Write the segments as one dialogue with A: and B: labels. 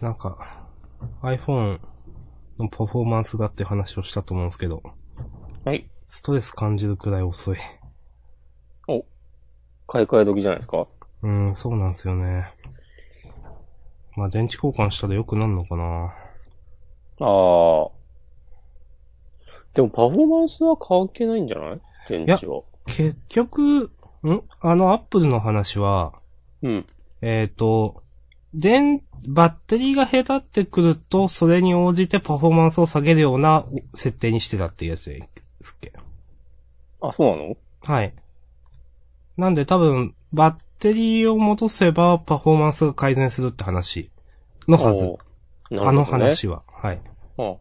A: なんか、iPhone のパフォーマンスがっていう話をしたと思うんですけど、
B: はい。
A: ストレス感じるくらい遅い。
B: お。買い替え時じゃないですか
A: うん、そうなんですよね。まあ、電池交換したら良くなるのかな
B: ああ。でもパフォーマンスは関係ないんじゃない電池は。
A: 結局、んあの、アップルの話は、
B: うん。
A: えっ、と、電、バッテリーが下手ってくると、それに応じてパフォーマンスを下げるようなお設定にしてたっていうやつですっけ。
B: あ、そうなの
A: はい。なんで多分、バッテリーを戻せばパフォーマンスが改善するって話のはず。
B: おーなるほどね
A: あの。話は。はい。
B: ああ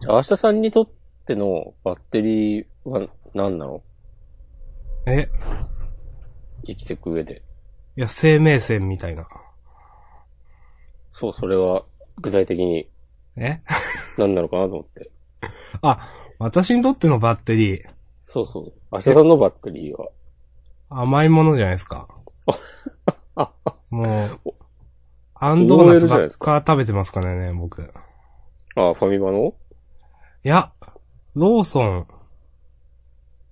B: じゃあ、明日さんにとってのバッテリーは何なの
A: え、
B: 生きていく上で。
A: いや、生命線みたいな。
B: そう、それは具体的に
A: え
B: 何なのかなと思って。
A: あ、私にとってのバッテリー、
B: そうそう。明日さんのバッテリーは。
A: 甘いものじゃないです か。もう、あんドーナ
B: OL
A: ツ
B: じゃない
A: ばっ
B: です
A: か食べてますからね、僕。い
B: ああ、ファミマの
A: や、ローソン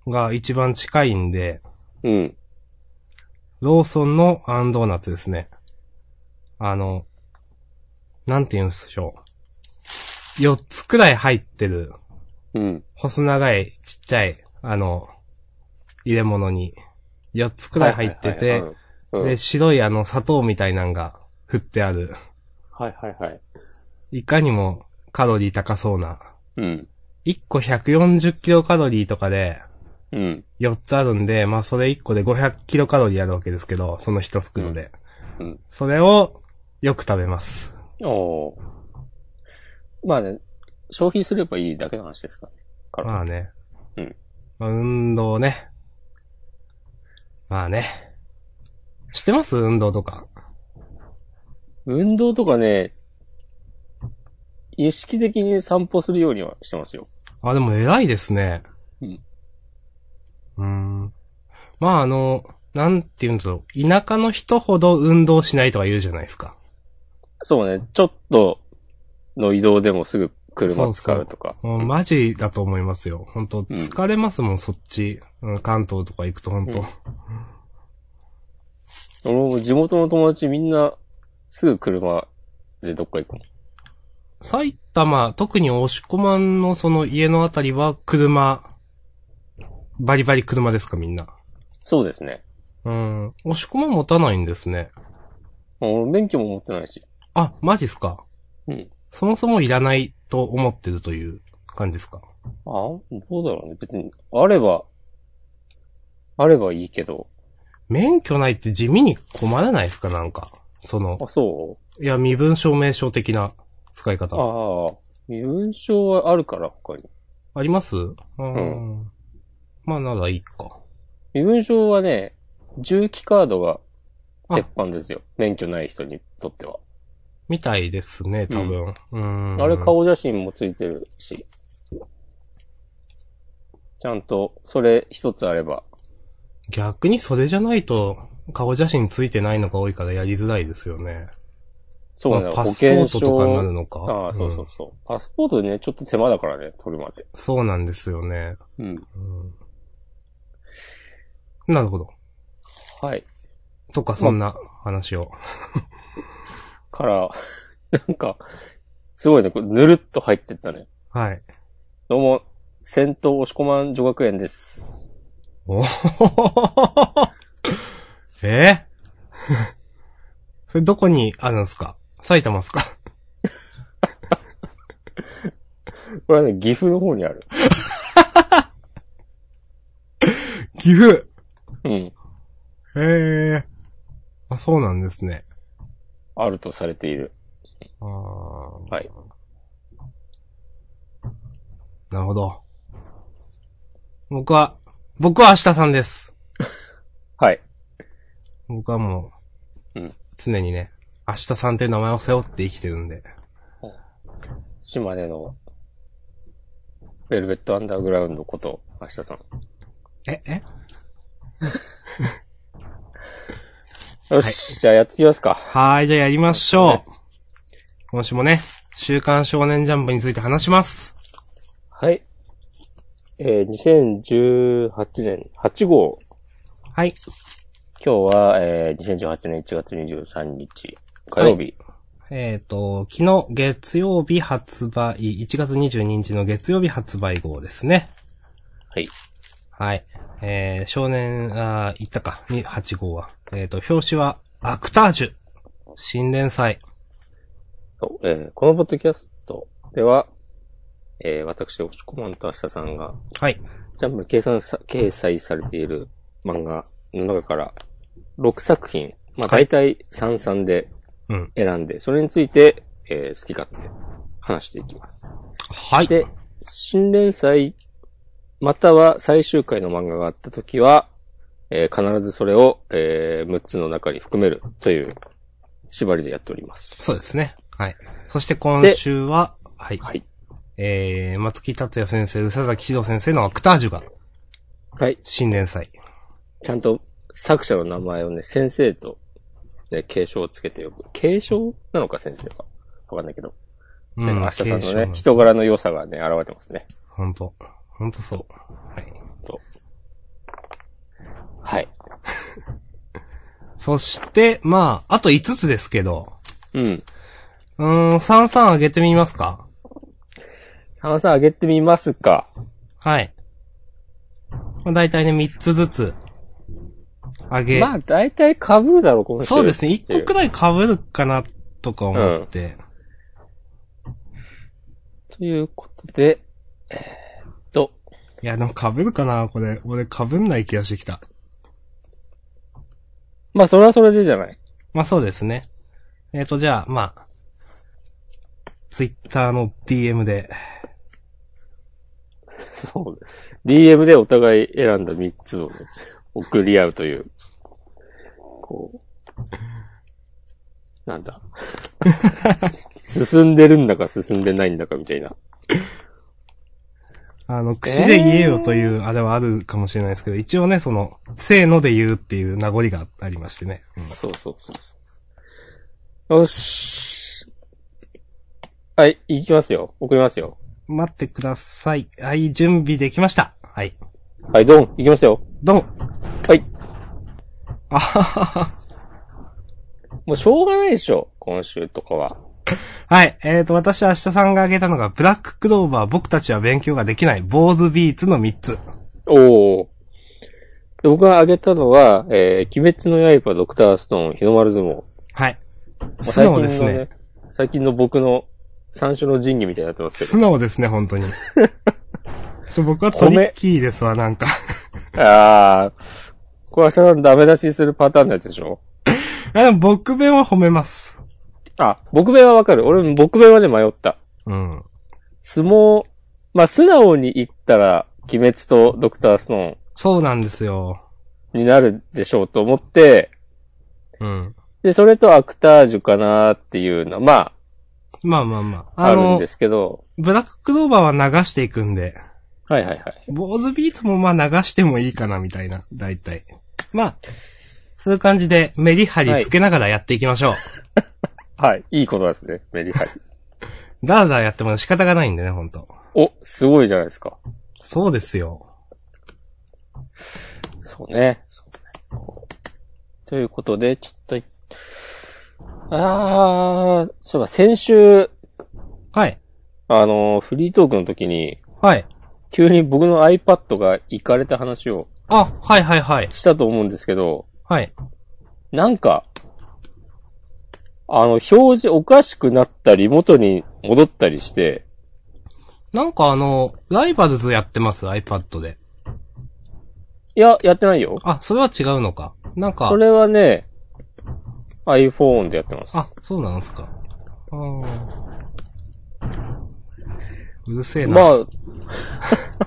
A: が一番近いんで、
B: うん。
A: ローソンのアンドーナツですね。あの、なんて言うんでしょう。4つくらい入ってる、
B: うん。
A: 細長い、ちっちゃい、あの、入れ物に、4つくらい入って
B: はい
A: て
B: はい、はい、うんうん
A: で、白いあの、砂糖みたいなんが振ってある、
B: はいはいはい。
A: いかにもカロリー高そうな、
B: うん。
A: 1個140キロカロリーとかで、
B: うん。
A: 4つあるんで、まあそれ1個で500キロカロリーあるわけですけど、その1袋で。
B: うんうん
A: それをよく食べます。
B: おおー。まあね、消費すればいいだけの話ですからね。から
A: まあね。
B: うん
A: まあ運動ね。まあね。してます運動とか。
B: 運動とかね、意識的に散歩するようにはしてますよ。
A: あ、でも偉いですね。
B: うん。
A: うーん。まああの、なんて言うんだろう。田舎の人ほど運動しないとか言うじゃないですか。
B: そうね、ちょっとの移動でもすぐ車使うとか。
A: もうマジだと思いますよ。本当疲れますもん、そっち。うん関東とか行くと本当、
B: うん俺も地元の友達みんなすぐ車でどっか行くもん。
A: 埼玉、特に押し込まんのその家のあたりは車、バリバリ車ですかみんな。
B: そうですね。
A: うん。押し込まん持たないんですね。
B: 俺免許も持ってないし。
A: あ、マジっすか
B: うん。
A: そもそもいらないと思ってるという感じですか
B: あ、どうだろうね。別に、あれば、あればいいけど。
A: 免許ないって地味に困らないですかなんか。その
B: あ、、そう
A: いや、身分証明書的な使い方。あ
B: ああ、身分証はあるから、他に。
A: りますうん。まあ、ならいいか。
B: 身分証はね、重機カードが
A: あ
B: 鉄板ですよ。免許ない人にとっては。
A: みたいですね、多分。うん。
B: あれ顔写真もついてるし。ちゃんと、それ一つあれば。
A: 逆にそれじゃないと、顔写真ついてないのが多いからやりづらいですよね。
B: そう
A: ま
B: ね、
A: あ
B: 保
A: パスポ
B: 険
A: ート
B: 証。
A: とかになるのか。
B: ああ、そうそ
A: ん
B: うそう。パスポートね、ちょっと手間だからね、取るまで。
A: そうなんですよね。
B: うん。
A: うんなるほど。
B: はい。
A: とか、そんな話を。
B: から、 なんか、すごいね、こうぬるっと入ってったね。
A: はい。
B: どうも、戦闘押し込まん女学園です。
A: おえ ーそれどこにあるんですか埼玉ですか
B: これはね、岐阜の方にある。
A: 岐阜
B: うん。
A: へえ。あ、そうなんですね。
B: あるとされている。
A: あー
B: はい。
A: なるほど。僕は、僕は明日さんです。
B: はい。
A: 僕はもう、
B: うん
A: 常にね、明日さんという名前を背負って生きてるんで。
B: 島根の、ベルベットアンダーグラウンドこと、明日さん。
A: え、え
B: よし、じゃあやっていきますか。
A: はーい、じゃあやりましょう。今週もね、週刊少年ジャンプについて話します。
B: はい。えー、2018年8号。
A: はい。
B: 今日は、えー、2018年1月23日、火曜日。
A: えっ、と、昨日月曜日発売、1月22日の月曜日発売号ですね。
B: はい。
A: はい。えー、少年、あー言ったか、に8号は。えっ、と、表紙は、アクタージュ。新連載。
B: そうえーこのポッドキャストでは、えー、私、押し込まんと明日さんが、
A: はい。
B: ジャンプに計算さ、掲載されている漫画の中から、6作品、ま
A: は
B: あ大体33で
A: うん。
B: 選んで、それについて、えー好き勝手話していきます。
A: はい。
B: で、新連載、または最終回の漫画があった時は、えー必ずそれを、え6つの中に含めるという縛りでやっております。
A: そうですね。はい。そして今週は、はい。
B: はい。
A: えー、松木達也先生、宇佐崎史郎先生のアクタージュが、
B: はい。
A: 新連載。
B: ちゃんと作者の名前をね、先生と、ね、継承をつけておく。継承なのか先生は。わかんないけど。
A: う
B: でも明日さんの
A: 継承
B: ね、人柄の良さがね、現れてますね。
A: ほんと。ほんとそう。はい。
B: とはい。
A: そして、まあ、あと5つですけど、
B: うん。
A: うーん、三々上げてみますか
B: さんさんあげてみますか。
A: はい。まあ、大体ね、3つずつ、上げ、
B: まあ、大体被るだろう、この人
A: そうですね、1個くらい被るかな、とか思って、
B: ということで、えーっと、
A: いや、でも被るかな、これ。俺被んない気がしてきた。
B: まあ、それはそれでじゃない。
A: まあそうですね。えっ、と、じゃあ、まあ、ツイッターの DM で、
B: そう。DM でお互い選んだ3つをね、送り合うという、こう、な んだ。進んでるんだか進んでないんだかみたいな。
A: あの、口で言えよという、あれはあるかもしれないですけど、一応ね、その、せーので言うっていう名残がありましてね。うん
B: そうそうそうそう。よし。はい、行きますよ。送りますよ。
A: 待ってください。はい、準備できました。はい。
B: はい、ドン、行きますよ。
A: どうも。
B: はい。
A: あははは
B: もうしょうがないでしょ。今週とかは。
A: はい。えっ、と、私は明日さんが挙げたのが、ブラッククローバー、僕たちは勉強ができない、坊主ビーツの3つ。
B: おお。で僕が挙げたのは、えー、鬼滅の刃、ドクターストーン、日の丸相撲。
A: はい。
B: まあ
A: 素直ですね。。
B: 最近の僕の三種の神器みたいになってます
A: 素
B: け
A: 直ですね、本当に。ちょ僕はトリッキーですわ、なんか。
B: ど。 ああ。これ明日のダメ出しするパターンのやつでしょ
A: あでも僕弁は褒めます。
B: あ、僕弁はわかる。俺も僕弁はね迷った。
A: うん。
B: 相撲、まあ素直に言ったら、鬼滅とドクターストーン
A: そうなんですよ。
B: になるでしょうと思って、
A: うん。
B: で、それとアクタージュかなっていうのは、ま
A: まあまあまあ。
B: あ、あ
A: あ
B: るん
A: の
B: で、すけど、
A: ブラッククローバーは流していくんで、
B: はいはいはい。
A: 坊主ビーツもまあ流してもいいかな、みたいな、大体。まあ、そういう感じでメリハリつけながらやっていきましょう。
B: はい。いいことですね、メリハリ。
A: ダラダラやっても仕方がないんでね、ほんと。
B: お、すごいじゃないですか。
A: そうですよ。
B: そうね。そうねこうということで、ちょっとい、あー、そうか、先週、
A: はい。
B: あのー、フリートークの時に、
A: はい。
B: 急に僕の iPad が行かれた話を
A: あ、はいはいはい。
B: したと思うんですけど、
A: はい。
B: なんか、あの、表示おかしくなったり、元に戻ったりして、
A: なんかあの、ライバルズやってます、iPad で。
B: いや、やってないよ。
A: あ、それは違うのか。なんか
B: そ、れはね、iPhone でやってます。
A: あ、そうなんすか。あーうるせえな。
B: まあ、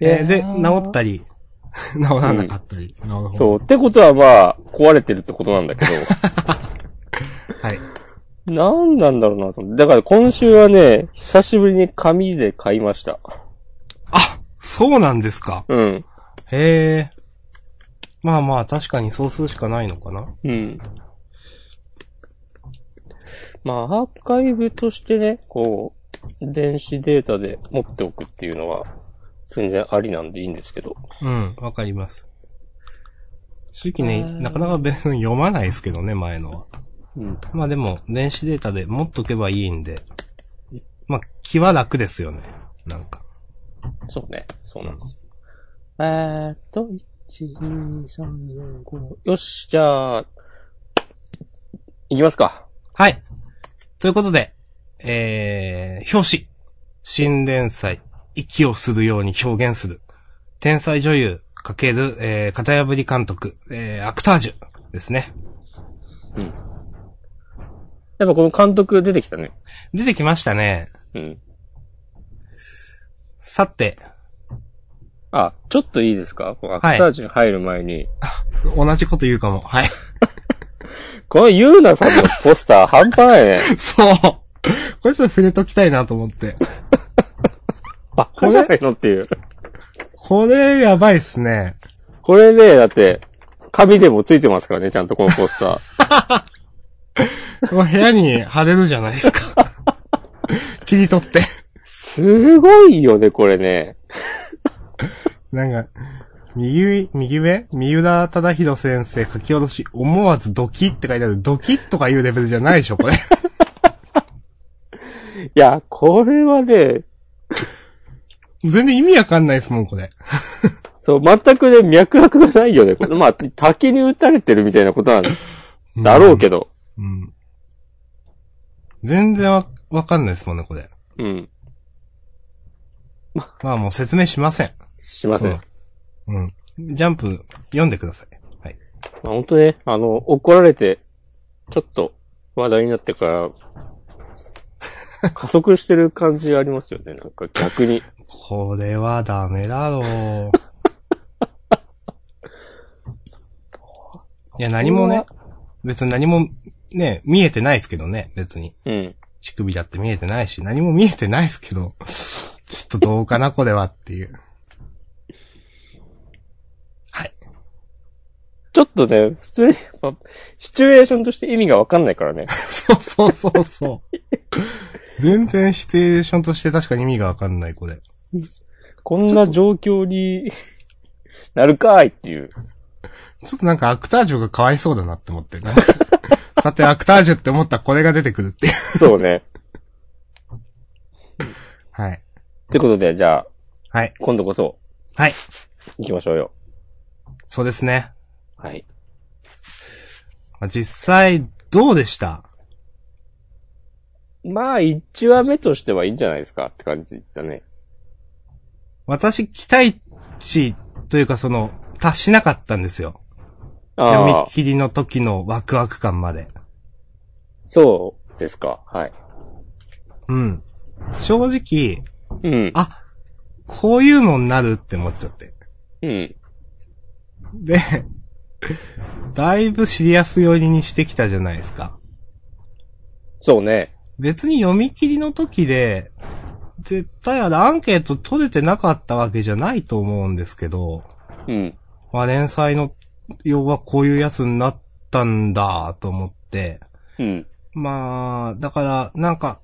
A: えーで、
B: えー
A: 治ったり、 治らなかったり。なるほど
B: そう。ってことはまあ、壊れてるってことなんだ け
A: はい。
B: ど、なんなんだろうなと思って。だから今週はね、久しぶりに紙で買いました。
A: あ、そうなんですか。
B: うん。
A: へえ。まあまあ、確かにそうするしかないのかな。
B: うん。まあ、アーカイブとしてね、こう、電子データで持っておくっていうのは、全然ありなんでいいんですけど。
A: うん、わかります。正直
B: う
A: ね、
B: ん
A: なかなか別に読まないですけどね、前のは。
B: うん。
A: まあでも、電子データで持っとけばいいんで、まあ、気は楽ですよね。なんか。
B: そうね。そうなんですよ。えーっと、1、2、3、4、5。よし、じゃあ、いきますか。
A: はい。ということで、えー、表紙。新連載、息をするように表現する。天才女優×、えー、型破り監督、えー、アクタージュですね。
B: やっぱこの監督出てきたね。
A: 出てきましたね。
B: うん。
A: さて、
B: あ、ちょっといいですかこのアクタージュに入る前に。
A: 同じこと言うかも。はい。
B: このユーナさんのポスター半端ない ね。
A: そう。これちょっと触れときたいなと思って。
B: バカじゃないのっていう。
A: これ、やばいっすね。
B: これね、だって、紙でもついてますからね、ちゃんとこのポスター。
A: この部屋に貼れるじゃないです か。切り取って。
B: すごいよね、これね。
A: なんか、右、右上三浦忠宏先生書き下ろし、思わずドキって書いてある。ドキとかいうレベルじゃないでしょ、 これ。
B: いや、これはね、
A: 全然意味わかんないですもん、これ。
B: そう、全くね、脈絡がないよね。これまあ、滝に打たれてるみたいなことなんだろうけど。
A: うん。全然わ、わかんないですもんね、これ。
B: うん。
A: まあもう説明しません。
B: しません。
A: そう
B: ま
A: うん。ジャンプ、読んでください。はい。
B: あ、本当ね、あの、怒られて、ちょっと話題になってから、加速してる感じありますよね。なんか逆に。
A: これはダメだろう。いや、何もね、別に何も、ね、見えてないですけどね、別に。
B: うん。
A: 乳首だって見えてないし、何も見えてないですけど、ちょっとどうかな、これはっていう。 はい。
B: ちょっとね、普通に、まあ、シチュエーションとして意味がわかんないからね。
A: そうそうそうそう。全然シチュエーションとして確かに意味がわかんない、これ。
B: こんな状況になるかいっていう。
A: ちょっとなんかアクタージュがかわいそうだなって思って、なんかさて、アクタージュって思ったらこれが出てくるっていう。
B: そうね。
A: はい。
B: ということで、じゃあ、
A: はい。
B: 今度こそ
A: はい。
B: 行きましょうよ。
A: そうですね。
B: はい。
A: まあ実際、どうでした
B: まあ、1話目としてはいいんじゃないですかって感じだね。
A: 私、期待値というかその、達しなかったんですよ。読
B: あ
A: み
B: あ、
A: 切りの時のワクワク感まで。
B: そうですか。はい。
A: うん。正直、
B: うん。
A: あ、こういうのになるって思っちゃって。
B: うん。
A: で、 だいぶシリアス寄りにしてきたじゃないですか。
B: そうね。
A: 別に読み切りの時で、絶対あれアンケート取れてなかったわけじゃないと思うんですけど、
B: うん。
A: まあ連載の要はこういうやつになったんだと思って、
B: うん。
A: まあ、だから、なんか、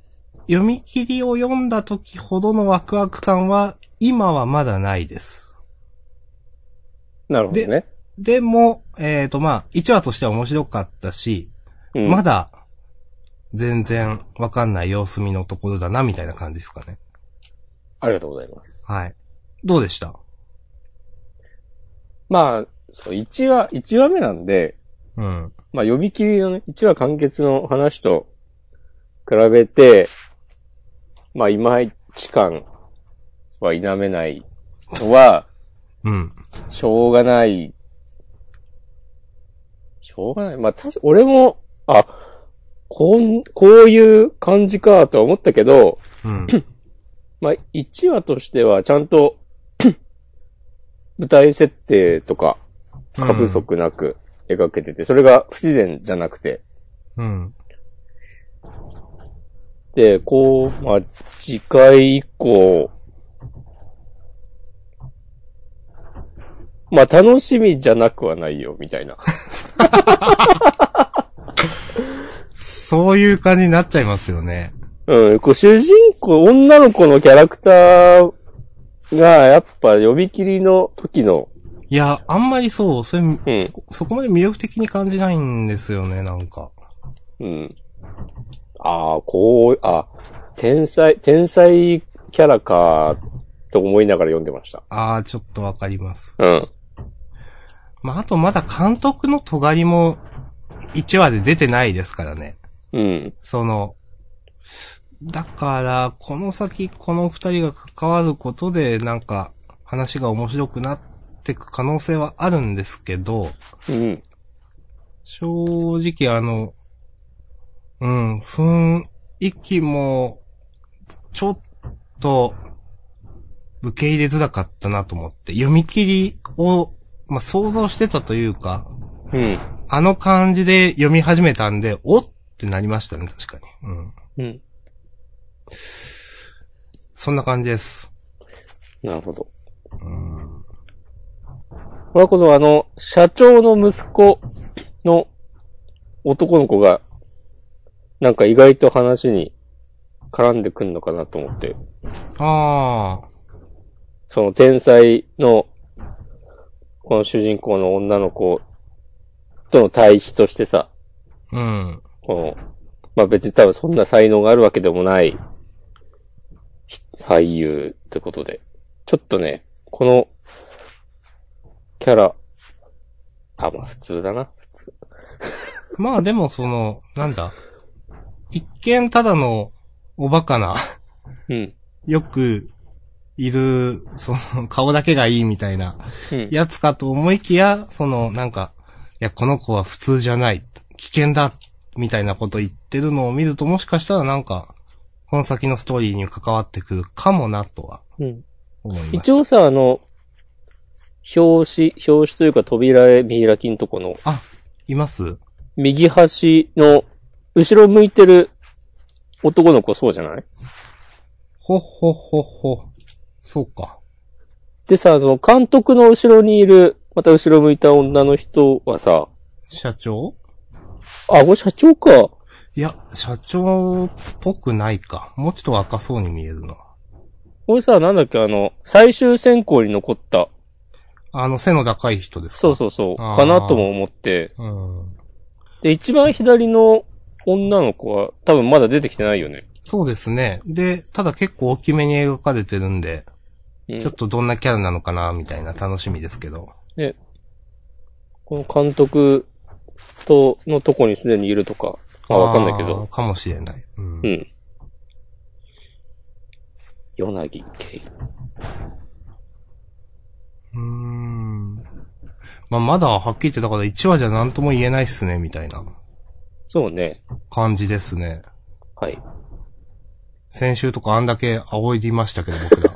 A: 読み切りを読んだ時ほどのワクワク感は、今はまだないです。
B: なるほどね。
A: でも、えっ、と、まあ、1話としては面白かったし、
B: うん、
A: まだ、全然わかんない様子見のところだな、みたいな感じですかね。
B: ありがとうございます。
A: はい。どうでした
B: まあ、そう、1話、1話目なんで、
A: うん。
B: まあ、読み切りのね、1話完結の話と比べて、まあ、いまいち感は否めないのは、
A: うん。
B: しょうがない。しょうがない。まあ、確か、俺も、あ、こん、こういう感じかとは思ったけど、
A: うん。
B: まあ、1話としてはちゃんと、舞台設定とか、過不足なく描けてて、それが不自然じゃなくて、
A: うん。
B: で、こう、まあ、次回以降、まあ、楽しみじゃなくはないよ、みたいな。
A: そういう感じになっちゃいますよね。
B: うん、こう主人公、女の子のキャラクターが、やっぱ呼び切りの時の、
A: いや、あんまりそう、それ、
B: ん
A: そこそこまで魅力的に感じないんですよね、なんか。
B: うん。ああ、こう、あ、天才、天才キャラか、と思いながら読んでました。
A: あー、ちょっとわかります。
B: うん。
A: まあ、あとまだ監督の尖りも、1話で出てないですからね。
B: うん。
A: その、だから、この先、この二人が関わることで、なんか、話が面白くなってく可能性はあるんですけど、
B: うん。
A: 正直あの、うん、雰囲気も、ちょっと、受け入れづらかったなと思って、読み切りを、まあ、想像してたというか、
B: うん。
A: あの感じで読み始めたんで、おっってなりましたね、確かに。うん。
B: うん。
A: そんな感じです。
B: なるほど。これはこのあの、社長の息子の男の子が、なんか意外と話に絡んでくんのかなと思って、
A: ああ、
B: その天才の、この主人公の女の子との対比としてさ、
A: うん。
B: この、まあ別に多分そんな才能があるわけでもない、ひ俳優ってことで。ちょっとね、この、キャラ、あ、まあ普通だな、普通。
A: まあでもその、なんだ。一見ただの、おバカな、
B: うん。
A: よく、いる、その、顔だけがいいみたいな、
B: うん。
A: やつかと思いきや、その、なんか、いや、この子は普通じゃない、危険だ、みたいなこと言ってるのを見ると、もしかしたらなんか、この先のストーリーに関わってくるかもな、とは
B: うん、
A: 思います。
B: 一応さ、あの、表紙、表紙というか扉へ見開きんとこの、
A: あ、います
B: 右端の、後ろ向いてる男の子そうじゃない
A: ほっほっほっほ。そうか。
B: でさ、その監督の後ろにいる、また後ろ向いた女の人はさ、
A: 社長
B: あ、これ社長か。
A: いや、社長っぽくないか。もうちょっと若そうに見えるな。
B: これさ、なんだっけ、あの、最終選考に残った、
A: あの、背の高い人ですか
B: そうそうそう、
A: あー
B: かなとも思って。
A: う。うん。
B: で、一番左の女の子は、多分まだ出てきてないよね。
A: そうですね。で、ただ結構大きめに描かれてるんで、
B: うん
A: ちょっとどんなキャラなのかな、みたいな楽しみですけど。
B: ね。この監督と、のとこにすでにいるとか、まあわかんないけ
A: あ
B: ど
A: ー。。かもしれない。うん
B: う。ん。柳圭。
A: うーん。まあ、まだはっきり言ってだから1話じゃ何とも言えないっすね、みたいな
B: そうね。
A: 感じですね。
B: はい。
A: 先週とかあんだけ仰いでいましたけど、僕ら。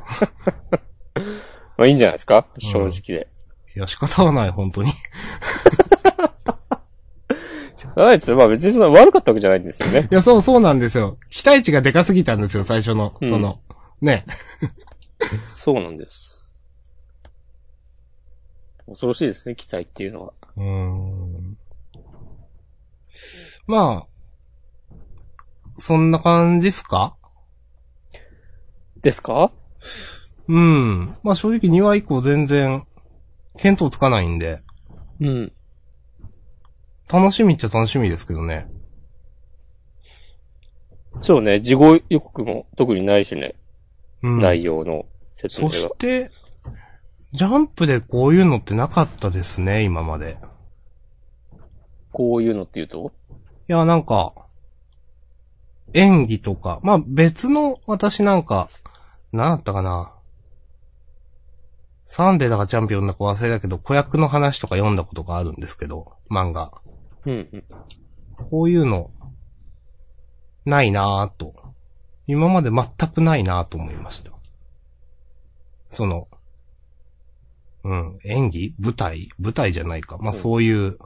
B: まあいいんじゃないですか正直で。
A: いや、仕方はない、本当に。
B: ないですよまあ別にそんな悪かったわけじゃないんですよね。
A: いや、そう、そうなんですよ。期待値がでかすぎたんですよ、最初の。
B: うん
A: その、ね。
B: そうなんです。恐ろしいですね、期待っていうのは。
A: うーん。まあ、そんな感じっすか
B: ですか
A: うん。まあ正直2話以降全然、見当つかないんで、
B: うん。
A: 楽しみっちゃ楽しみですけどね。
B: そうね、事後予告も特にないしね、
A: うん。
B: 内容の説明
A: そ
B: が。
A: して、ジャンプでこういうのってなかったですね、今まで。
B: こういうのっていうと
A: いや、なんか、演技とか、まあ別の私なんか、何だったかな。サンデーだかチャンピオンだか忘れたけど、子役の話とか読んだことがあるんですけど、漫画。
B: うん、うん。
A: こういうの、ないなぁと。今まで全くないなぁと思いました。その、うん、演技舞台舞台じゃないか。まあ、そういう、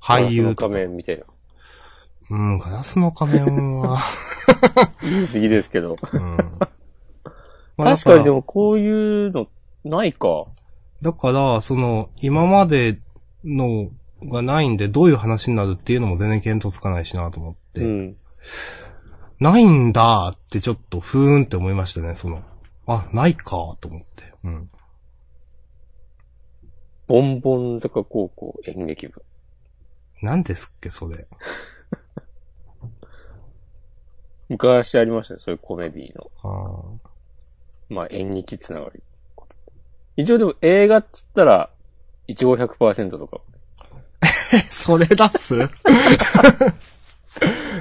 A: 俳
B: ガラス
A: 優
B: の
A: と
B: 仮面みたいな。
A: うん、ガラスの仮面は、
B: 言い過ぎですけど。
A: うん。まあ
B: 確かにで。もこういうの、ないか。
A: だからだから、その、今までのがないんで、どういう話になるっていうのも全然見当つかないしなと思って、
B: うん。
A: ないんだってちょっとふーんって思いましたね、その。あ、ないかと思って。うん。
B: ボンボン坂高校演劇部。
A: 何ですっけ、それ。
B: 昔ありましたね、そういうコメディの。
A: あー
B: まあ演劇つながりってこと。一応でも映画っつったら、1500%とか。
A: それ出す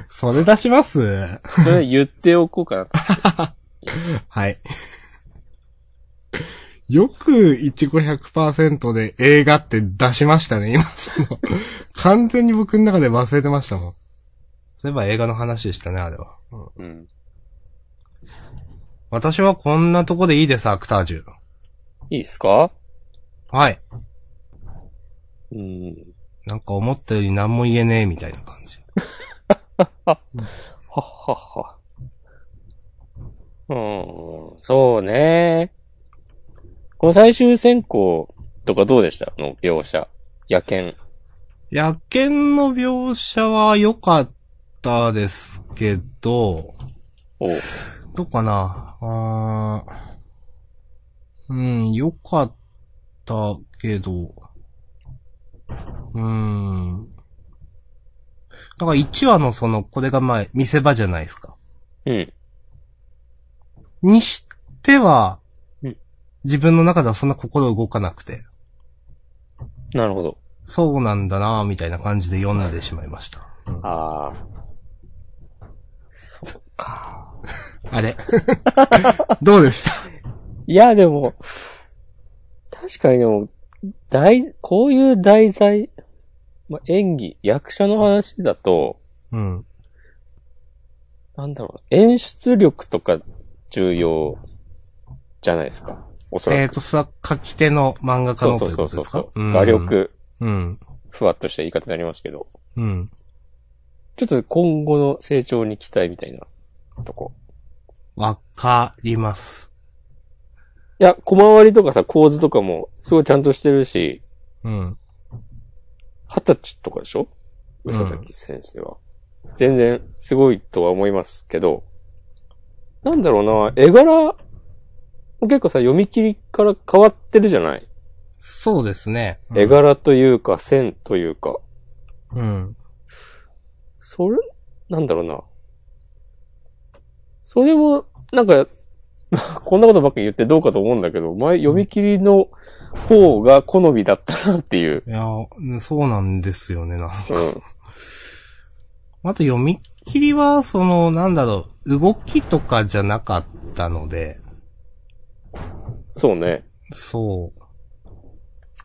A: それ出します
B: それ言っておこうか なと。
A: はい。よく1500%で映画って出しましたね、今 その。完全に僕の中で忘れてましたもん。そういえば映画の話でしたね、あれは。うん
B: うん。
A: 私はこんなとこでいいです、アクタージュ。
B: いいですか
A: はい。
B: うん。
A: なんか思ったより何も言えねえみたいな感じ。
B: はっはっは。うん、そうね。この最終選考とかどうでしたあの描写。野犬。
A: 野犬の描写は良かったですけど、
B: おう
A: どうかなあーうん、よかったけど、うーん。だから1話のその、これが前、見せ場じゃないですか。
B: うん。
A: にしては
B: うん、
A: 自分の中ではそんな心動かなくて、
B: なるほど。
A: そうなんだなぁみたいな感じで読んでしまいました。うん
B: ああ。そっか。
A: あ れ どうでした
B: いや、でも、確かにでも、題、こういう題材、まあ、演技、役者の話だと、
A: うん。
B: なんだろう、演出力とか重要じゃないですか。おそらく。
A: えっ、と、さ、書き手の漫画家
B: そう
A: の
B: そ
A: と
B: う
A: いうこと
B: そうそ
A: で
B: う
A: すか
B: そう。画。力、
A: うん。
B: ふわっとした言い方になりますけど、
A: うん。うん
B: ちょっと今後の成長に期待みたいなとこ。
A: わかります。
B: いや、小回りとかさ、構図とかも、すごいちゃんとしてるし、
A: うん。
B: 二十歳とかでしょ
A: うん
B: 宇佐崎先生は。全然、すごいとは思いますけど、なんだろうな、絵柄も結構さ、読み切りから変わってるじゃない、
A: そうですね。
B: 絵柄というか、線というか。
A: うん。
B: それ、なんだろうな。それも、なんか、 こんなことばっかり言ってどうかと思うんだけど、前読み切りの方が好みだったなっていう。
A: いや、うんそうなんですよね、な。
B: うん。
A: あと読み切りは、その、なんだろう、動きとかじゃなかったので、
B: そうね。
A: そう。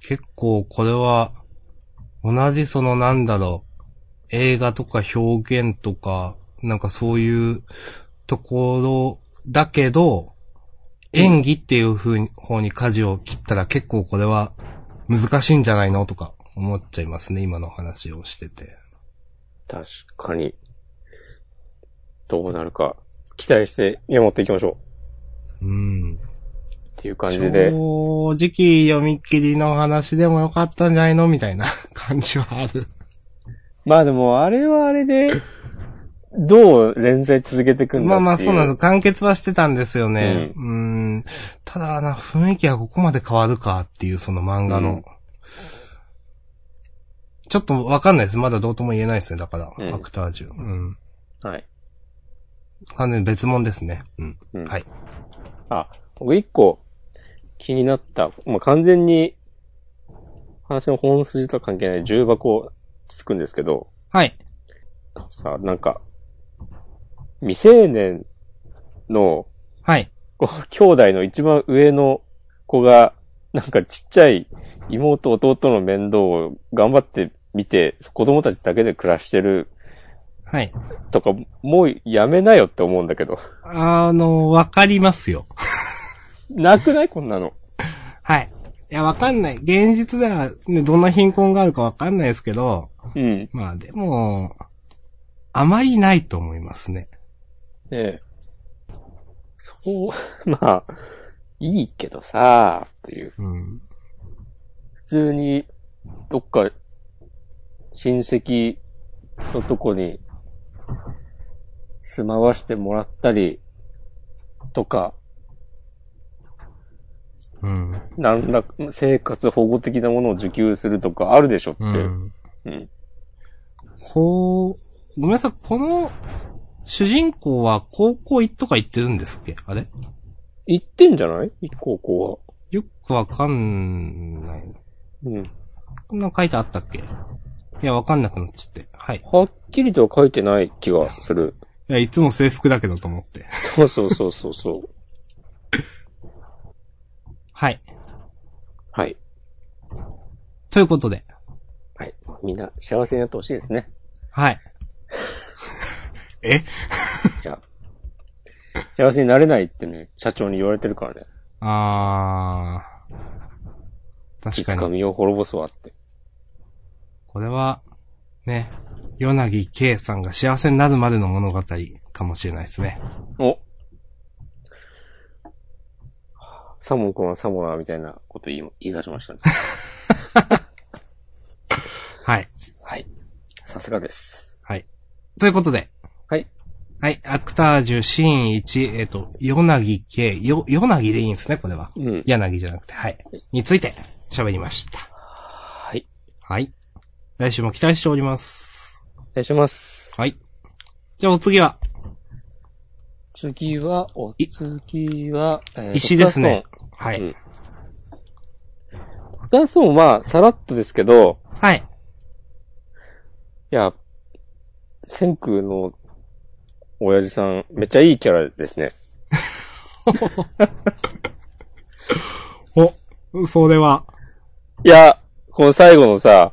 A: 結構これは、同じそのなんだろう、映画とか表現とか、なんかそういうところだけど、演技っていう風に、方に舵を切ったら結構これは難しいんじゃないのとか思っちゃいますね、今の話をしてて。
B: 確かに。どうなるか、期待して見守っていきましょ
A: うん。
B: う。っていう感じで。
A: 正直読み切りの話でもよかったんじゃないのみたいな感じはある。
B: まあでも、あれはあれ で、どう連載続けていくんだっていう。
A: まあまあそうなんです。完結はしてたんですよね。うーん。ただな、雰囲気はここまで変わるかっていう、その漫画の。
B: うん
A: ちょっとわかんないです。まだどうとも言えないですね。だから、
B: うん
A: アクタージュ。うん。
B: はい。
A: 完全に別物ですね。うん。
B: うん
A: はい。
B: あ、僕一個気になった。まあ、完全に話の本筋とは関係ない重箱をつくんですけど、
A: はい。
B: さ、なんか、未成年の、
A: はい。
B: こう、兄弟の一番上の子が、なんかちっちゃい妹弟の面倒を頑張って見て、子供たちだけで暮らしてる
A: はい。
B: とか、もうやめなよって思うんだけど。
A: あの、わかりますよ。
B: なくないこんなの。
A: はい。いや、わかんない。現実では、ね、どんな貧困があるかわかんないですけど、
B: うん。
A: まあでも、あまりないと思いますね。
B: ねえ。そう、まあ、いいけどさ、という。
A: うん。
B: 普通に、どっか、親戚のとこに住まわしてもらったりとか、
A: うん。
B: 何ら、生活保護的なものを受給するとかあるでしょって。
A: うん。
B: うん
A: こう、ごめんなさい、この、主人公は高校行っとか行ってるんですっけあれ
B: 行ってんじゃない高校
A: よくわかんない。
B: は。うん。
A: こんなの書いてあったっけいや、わかんなくなっちゃって。はい。い
B: はっきりとは書いてない気がする。
A: や、いつも制服だけどと思って。
B: そうそうそうそうそう。
A: はい。
B: はい。
A: ということで。
B: はい。みんな幸せになってほしいですね。
A: はい。 え
B: いや。幸せになれないってね、社長に言われてるからね。
A: あー。
B: い
A: 確
B: つ
A: か
B: か
A: に。
B: 身を滅ぼすわって。
A: これは、ね、柳圭さんが幸せになるまでの物語かもしれないですね。
B: おサモン君はサモナーみたいなこと言い言い出しましたね。
A: はい。
B: はい。さすがです。
A: はい。ということで。
B: はい。
A: はい。アクタージュシーン1、えっ、と、柳圭、よ、柳でいいんですね、これは。
B: うん。
A: 柳じゃなくて、はい。について喋りました。
B: はい。
A: はい。来週も期待しております。
B: お願いします。
A: はい。じゃあお次は、
B: 次は、お次は、えー
A: 石ですね。。はい。
B: うんドクターストーンドクターストーンは、さらっとですけど、
A: はい。
B: いや、千空の親父さん、めっちゃいいキャラですね。
A: お、それは。
B: いや、この最後のさ、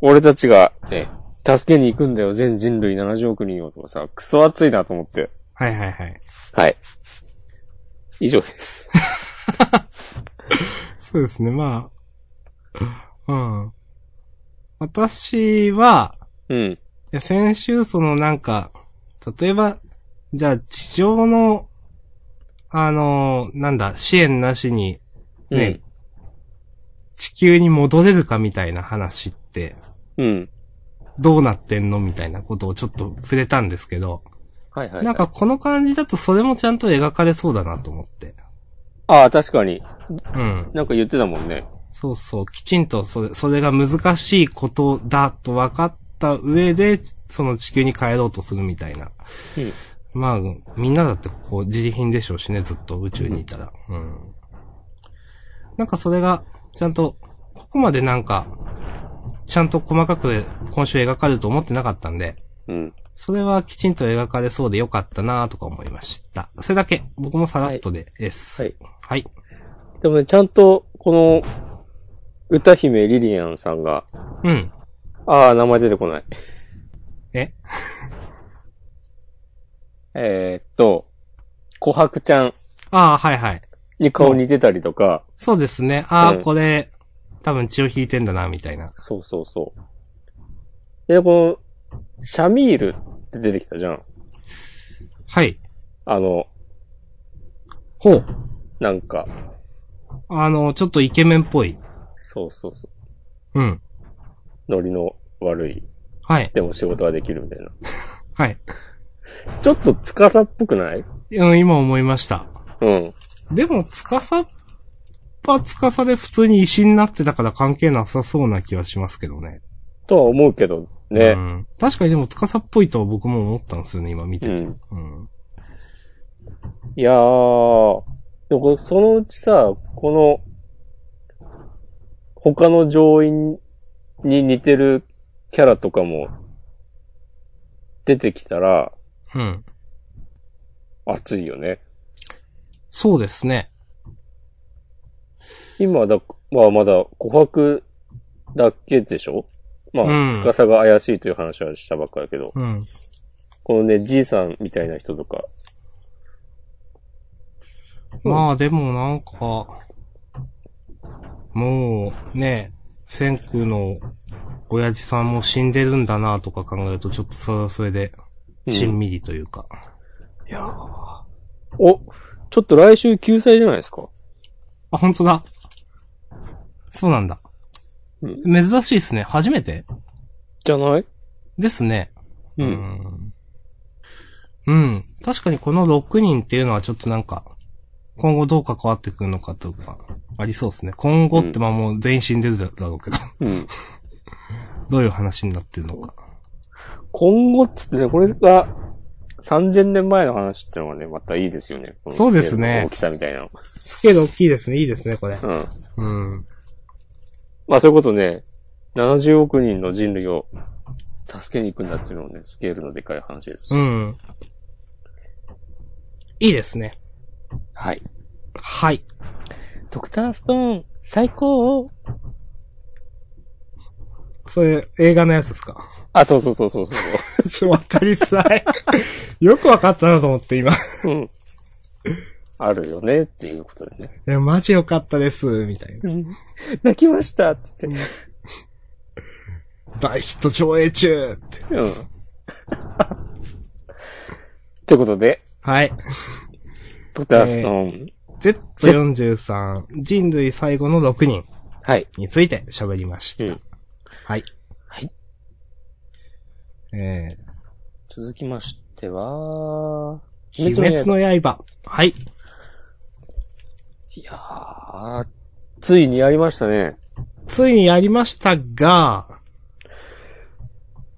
B: 俺たちが、ね、助けに行くんだよ、全人類70億人をとかさ、クソ熱いなと思って。
A: はいはいはい。
B: はい。以上 です。
A: そうですね、まあ。うん。私は、
B: うん。
A: いや、先週そのなんか、例えば、じゃあ地上の、あのなんだ、支援なしに、ね、地球に戻れるかみたいな話って、
B: うん。うん。
A: どうなってんのみたいなことをちょっと触れたんですけど、
B: はいはい、はい。
A: なんかこの感じだとそれもちゃんと描かれそうだなと思って。
B: ああ、確かに。
A: うん。
B: なんか言ってたもんね。
A: そうそう、きちんとそれ、それが難しいことだと分かった上で、その地球に帰ろうとするみたいな。
B: うん
A: まあ、みんなだってここ自利品でしょうしね、ずっと宇宙にいたら。うん。なんかそれが、ちゃんと、ここまでなんか、ちゃんと細かく今週描かれると思ってなかったんで、
B: うん。
A: それはきちんと描かれそうでよかったなとか思いました。それだけ、僕もさらっとでです。
B: はい。
A: はい。
B: でもね、ちゃんと、この、歌姫リリアンさんが、
A: うん。
B: ああ、名前出てこない。
A: え
B: えーっと、琥珀ちゃん
A: ああ、はいはい。
B: に顔似てたりとか、
A: そうですね。ああ、
B: うん
A: これ、多分血を引いてんだな、みたいな。
B: そうそうそう。で、この、シャミールって出てきたじゃん。
A: はい。
B: あの、
A: ほう。
B: なんか、
A: あの、ちょっとイケメンっぽい。
B: そうそうそう。
A: うん。
B: ノリの悪い。
A: はい。
B: でも仕事はできるみたいな。
A: はい。
B: ちょっと司っぽくない
A: うん、今思いました。
B: うん。
A: でも、つかさはつかさで普通に石になってたから関係なさそうな気はしますけどね。
B: とは思うけど、ね。
A: うん。確かにでも、つかさっぽいとは僕も思ったんですよね、今見てて。
B: うん
A: うん。
B: いやー、でもこれそのうちさ、この、他の上院に似てるキャラとかも、出てきたら、
A: うん。
B: 熱いよね。
A: そうですね。
B: 今だ、まあまだ、琥珀だけでしょま
A: うん
B: あ、つかさが怪しいという話はしたばっかだけど、
A: うん。
B: このね、じいさんみたいな人とか、
A: まあでもなんか、もうね、千空の親父さんも死んでるんだなとか考えるとちょっとそれはそれで、しんみりというか。
B: いやーお、ちょっと来週救済じゃないですか
A: あ、本当だ。そうなんだ。珍しいですね。初めて
B: じゃない
A: ですね。
B: う。
A: うんん。うん。確かにこの6人っていうのはちょっとなんか、今後どう関わってくるのかとか、ありそうですね。今後ってまあもう全員死んでるだろうけど、
B: うん。
A: どういう話になってるのか。
B: 今後っつってね、これが3000年前の話ってのがね、またいいですよね。この
A: そうですね
B: 大きさみたいなの。
A: スケール大きいですね。いいですね、これ。
B: うん。
A: うん。
B: まあそういうことね、70億人の人類を助けに行くんだっていうのもね、スケールのでかい話です。
A: うん。いいですね。
B: はい。
A: はい。
B: ドクターストーン、最高
A: それ、映画のやつですか
B: あ、そうそうそうそうそ。
A: ちょ、わかりづらい。よくわかったなと思って、今。いう
B: うん。あるよねっていうことでね。
A: や、マジよかったです、みたいな。
B: 泣きましたっつって。
A: 大ヒット上映中って。
B: うん。ということで、
A: はい。
B: ドクターストーン、
A: Z43、人類最後の6人
B: はい。
A: について喋りました。
B: うん
A: はい。
B: はい。
A: え
B: 続きましては、
A: ー、鬼滅の刃。はい。
B: いやー、ついにやりましたね。
A: ついにやりましたが、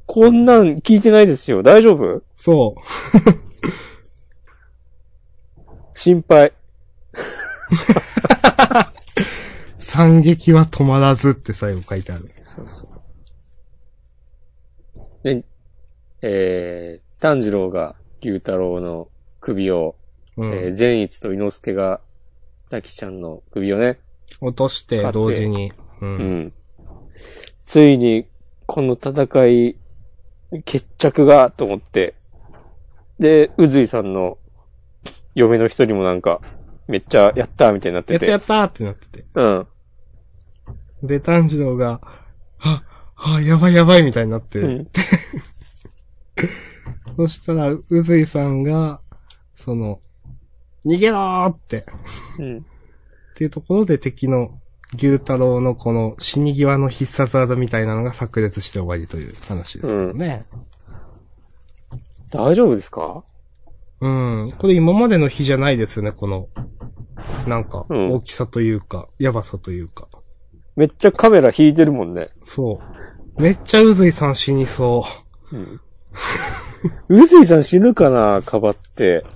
B: こんなん聞いてないですよ。大丈夫
A: そう。
B: 心配。
A: 惨劇は止まらずって最後書いてある。
B: で、えー、炭治郎が牛太郎の首を、
A: うん。
B: えー、善一と伊之助が、滝ちゃんの首をね。
A: 落として
B: 買って
A: 同時に。うん。
B: うん。ついに、この戦い、決着が、と思って。で、うずいさんの、嫁の人にもなんか、めっちゃ、やったーみたいにな
A: や
B: って。
A: ってたやったーってなってて。
B: うん。
A: で、炭治郎が、あ、あ、やばいやばいみたいになって。
B: うん。
A: そしたら、うずいさんが、その、逃げろーって。
B: うん。
A: っていうところで敵の牛太郎のこの死に際の必殺技みたいなのが炸裂して終わりという話ですけどね。
B: 大丈夫ですか
A: うん。これ今までの日じゃないですよね、この、なんか、
B: うん
A: 大きさというか、やばさというか。
B: めっちゃカメラ引いてるもんね。
A: そう。めっちゃうずいさん死にそ
B: うん。うずいさん死ぬかなかばって。
A: う。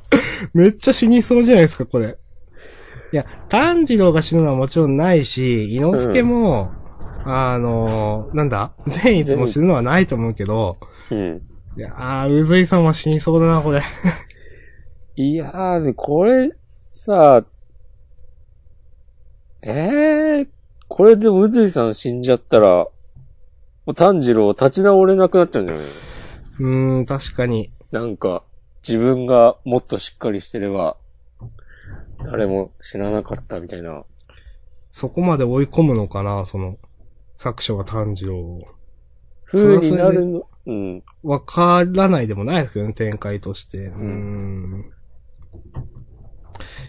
A: めっちゃ死にそうじゃないですか、これ。いや、炭治郎が死ぬのはもちろんないし、伊之助も、あのーなんだ善逸も死ぬのはないと思うけど、
B: うん。
A: いやー、うずいさんは死にそうだな、これ。
B: いやー、これ、さ、えー、これでもうずいさん死んじゃったら、もう炭治郎立ち直れなくなっちゃうんじゃないう
A: ーん、確かに。
B: なんか、自分がもっとしっかりしてれば、誰も死ななかったみたいな。
A: そこまで追い込むのかな、その、作者は炭治郎を。
B: 風になるの、うん。
A: わからないでもないですけどね、展開として。うーん。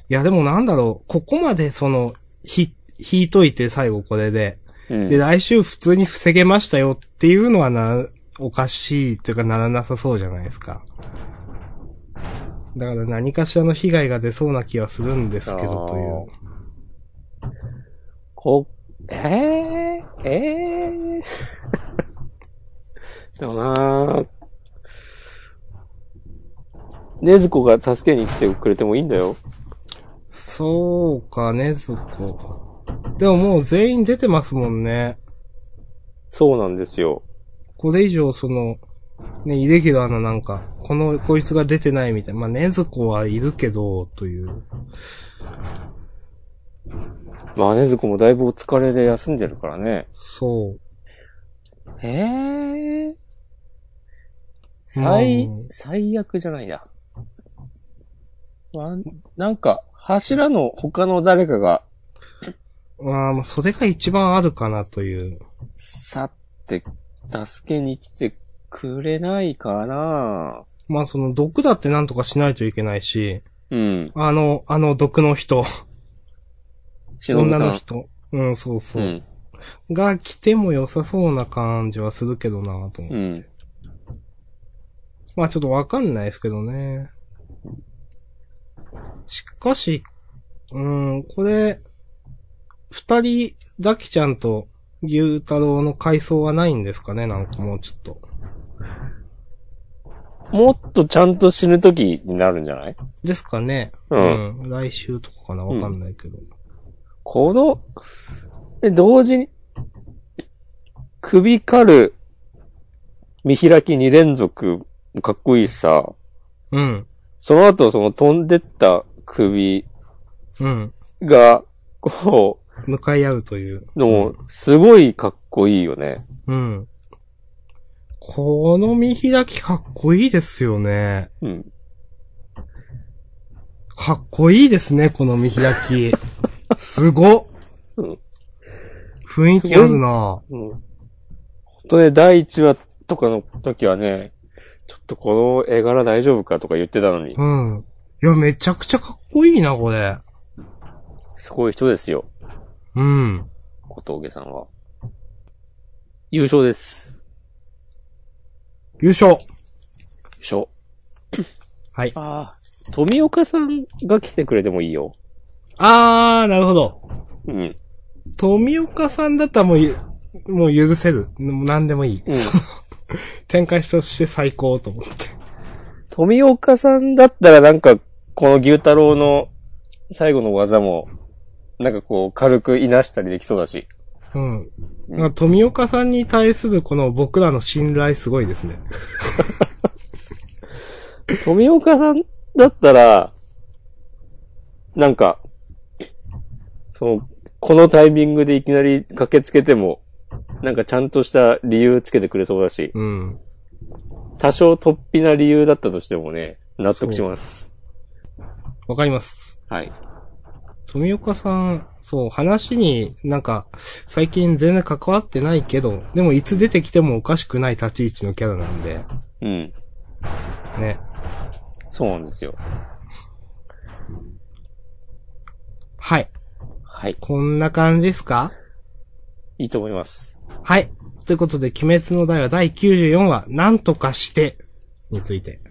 A: いや、でもなんだろう、ここまでその、ひ、引いといて最後これで。
B: うん
A: で、来週普通に防げましたよっていうのはな、おかしいっていうかならなさそうじゃないですか。だから何かしらの被害が出そうな気はするんですけど、という。
B: こ、ええええ でもなぁ。ねずこが助けに来てくれてもいいんだよ。
A: そうか、ねずこ。でももう全員出てますもんね。
B: そうなんですよ。
A: これ以上その、ね、イレギュラーななんか、この、こいつが出てないみたいな。まあ、ねずこはいるけど、という。
B: まあ、ねずこもだいぶお疲れで休んでるからね。
A: そう。
B: ええ最
A: うん、
B: 最悪じゃないな。わんなんか、柱の他の誰かが、
A: まあ、まあ、それが一番あるかなという。
B: 去って、助けに来てくれないかな
A: まあ、その、毒だってなんとかしないといけないし、
B: うん。
A: あの、あの毒の人、
B: 忍
A: 女
B: さ
A: の
B: ん。
A: 人。うん、そうそう。
B: うん。
A: が来ても良さそうな感じはするけどなぁと思う。
B: うん。
A: まあちょっとわかんないですけどね。しかし、うん、これ、二人、ザキちゃんと牛太郎の回想はないんですかねなんかもうちょっと。
B: もっとちゃんと死ぬ時になるんじゃない
A: ですかね。
B: うん
A: ん来週とかかなわかんないけど。
B: この、で、同時に、首狩る、見開き2連続、かっこいいしさ、
A: うん。
B: その後その飛んでった首
A: うん。
B: が、こ
A: 向かい合うという。
B: う、の、すごいかっこいいよね。
A: うん。この見開きかっこいいですよね。
B: うん。
A: かっこいいですね、この見開 き。すごっ
B: うん
A: 雰囲気あるな
B: うん。ほんとね、第1話とかの時はね、ちょっとこの絵柄大丈夫かとか言ってたのに、
A: うん。いや、めちゃくちゃかっこいいな、これ。
B: すごい人ですよ、
A: うん。
B: 小峠さんは。優勝です。
A: 優勝
B: 優勝。
A: はい。
B: ああ。富岡さんが来てくれてもいいよ。
A: あー、なるほど。
B: うん。
A: 富岡さんだったらもうゆ、もう許せる。もう何でもいい。
B: うん。
A: 展開として最高と思って。
B: 富岡さんだったらなんか、この牛太郎の最後の技も、なんかこう、軽くいなしたりできそうだし。
A: うん。なんか富岡さんに対するこの僕らの信頼すごいですね。
B: 富岡さんだったら、なんか、その、このタイミングでいきなり駆けつけても、なんかちゃんとした理由つけてくれそうだし、
A: うん。
B: 多少突飛な理由だったとしてもね、納得します。
A: わかります。
B: はい。
A: 富岡さん、そう、話になんか、最近全然関わってないけど、でもいつ出てきてもおかしくない立ち位置のキャラなんで、
B: うん。
A: ね。
B: そうなんですよ。
A: はい。
B: はい。
A: こんな感じですか
B: いいと思います。
A: はい。ということで、鬼滅の刃第94話、なんとかして、について、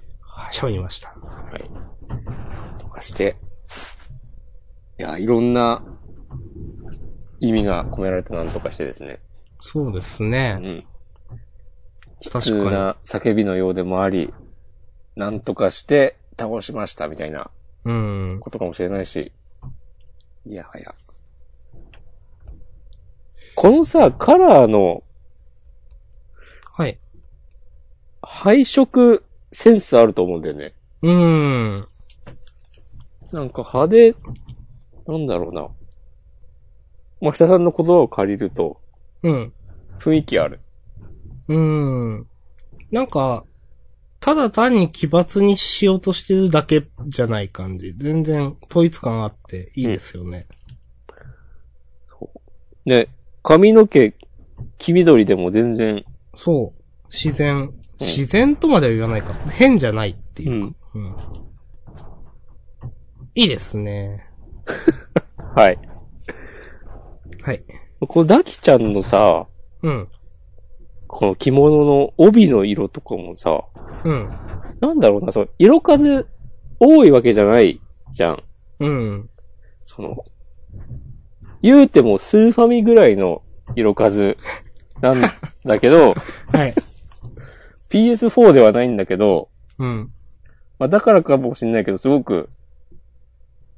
A: 喋りました。
B: はい。とかして。いや、いろんな意味が込められてなんとかしてですね。
A: そうです
B: う
A: ね。
B: ん。普
A: 確
B: 通
A: か
B: な叫びのようでもあり、なんとかして倒しましたみたいな
A: に。うん。
B: ことかもしれないし。いやはや。このさ、カラーの
A: はい。
B: 配色センスあると思うんだよね。
A: うん。
B: なんか派手、なんだろうな。まあ、下さんの言葉を借りると、
A: うん。
B: 雰囲気ある。
A: うん。なんか、ただ単に奇抜にしようとしてるだけじゃない感じ。全然統一感あっていいですよね。
B: ね、髪の毛、黄緑でも全然、
A: そう。自然。自然とまでは言わないか。変じゃないっていうか。うん。いいですね。
B: はい。
A: はい。
B: このダキちゃんのさ、
A: うん。
B: この着物の帯の色とかもさ、
A: うん。
B: なんだろうな、その、色数多いわけじゃないじゃん。
A: うん。
B: その、言うてもスーファミぐらいの色数なんだけ ど、
A: はい。
B: PS4 ではないんだけど、
A: うん。
B: まあ、だからかもしれないけど、すごく、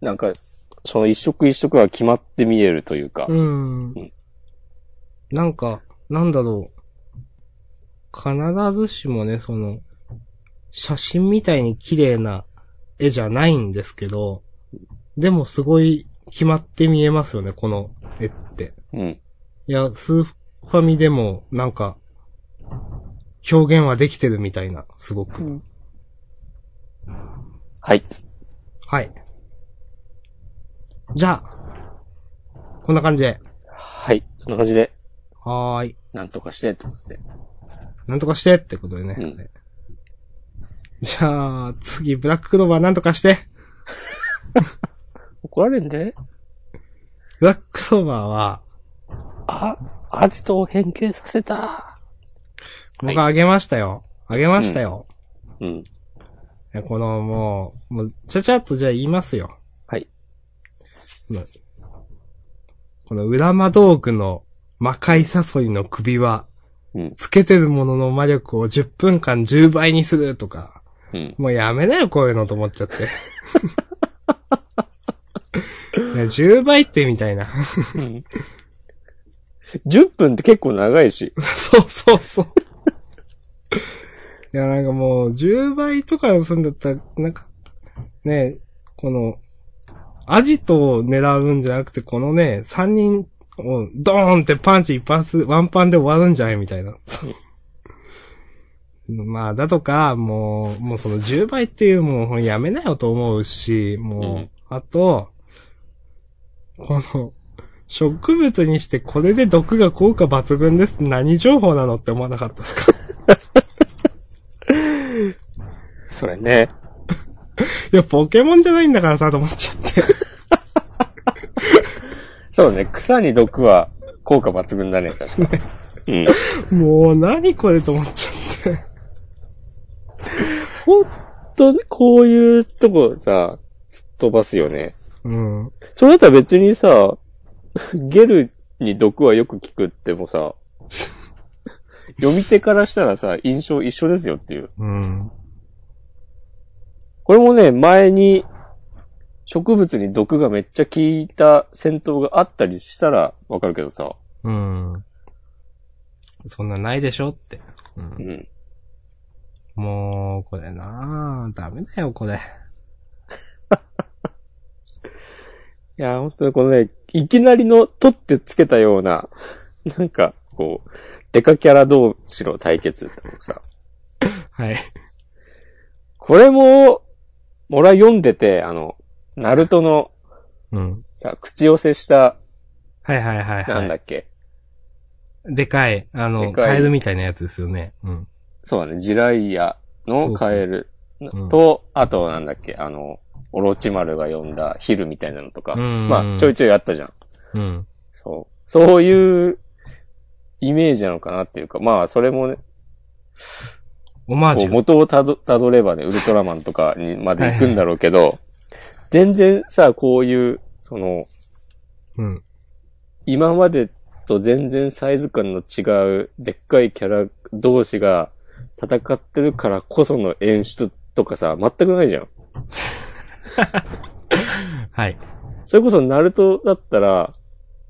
B: なんか、その一色一色が決まって見えるというか、
A: うん
B: ん。
A: なんか、なんだろう。必ずしもね、その、写真みたいに綺麗な絵じゃないんですけど、でもすごい決まって見えますよね、この絵って。
B: うん。
A: いや、スーファミでも、なんか、表現はできてるみたいな、すごく。
B: はい。
A: はい。じゃあ、こんな感じで。
B: はい。そんな感じで、
A: はーい。
B: なんとかして、ってことで。
A: なんとかしてってことでね。
B: うん
A: はいじゃあ、次、ブラッククローバーなんとかして。
B: 怒られんで
A: ブラッククローバーは、
B: あ、アジトを変形させた。
A: 僕あげましたよ。あげましたよ。
B: うん。
A: いやこのもう、もう、ちゃちゃっとじゃあ言いますよ。
B: はい。
A: このこの裏魔道具の魔界誘いの首輪。
B: うん。
A: つけてるものの魔力を10分間10倍にするとか。
B: うん。
A: もうやめなよ、こういうのと思っちゃって。 いや10倍ってみたいな。
B: 10分って結構長いし。
A: そうそうそう。いや、なんかもう、10倍とかするんだったら、なんか、ね、この、アジトを狙うんじゃなくて、このね、3人をドーンってパンチ一発、ワンパンで終わるんじゃないみたいな。 まあ、だとか、もう、もうその10倍っていうもうやめなよと思うし、もう、
B: うん
A: あと、この、植物にしてこれで毒が効果抜群ですって何情報なのって思わなかったですか
B: それね。
A: いや、ポケモンじゃないんだからさ、と思っちゃって。
B: そうね。草に毒は効果抜群だね、確かに。う ん。
A: もう、何これと思っちゃって。
B: ほんと、こういうとこさ、すっ飛ばすよね。
A: うん。
B: それだったら別にさ、ゲルに毒はよく効くってもさ、読み手からしたらさ、印象一緒ですよっていう。
A: うん。
B: これもね、前に植物に毒がめっちゃ効いた戦闘があったりしたらわかるけどさ、
A: うん。そんなないでしょって。うん
B: うん。
A: もう、これなぁ、ダメだよ、これ。
B: いや、本当にこのね、いきなりの取ってつけたような、 なんか、こう、デカキャラ同士の対決ってのさ、
A: はい。
B: これも、俺は読んでて、あの、ナルトの
A: うん。
B: さ、口寄せした、
A: はいはいはい
B: なん
A: は
B: だ
A: い。
B: っけ、
A: でかい、あの、
B: でかい
A: カエルみたいなやつですよね。うん。
B: そうだね、ジライアのカエルと、
A: そうそううん
B: あとなんだっけ、あの、オロチマルが呼んだヒルみたいなのとか、
A: うん
B: まあ、ちょいちょいあったじゃん。
A: うん。
B: そう。そういうイメージなのかなっていうか、まあ、それもね、
A: オマー
B: こ
A: ジ
B: う
A: ュ。
B: 元をたどたどればね、ウルトラマンとかにまで行くんだろうけど、全然さ、こういう、その、
A: うん。
B: 今までと全然サイズ感の違う、でっかいキャラ同士が戦ってるからこその演出とかさ、全くないじゃん。
A: はい。
B: それこそナルトだったら、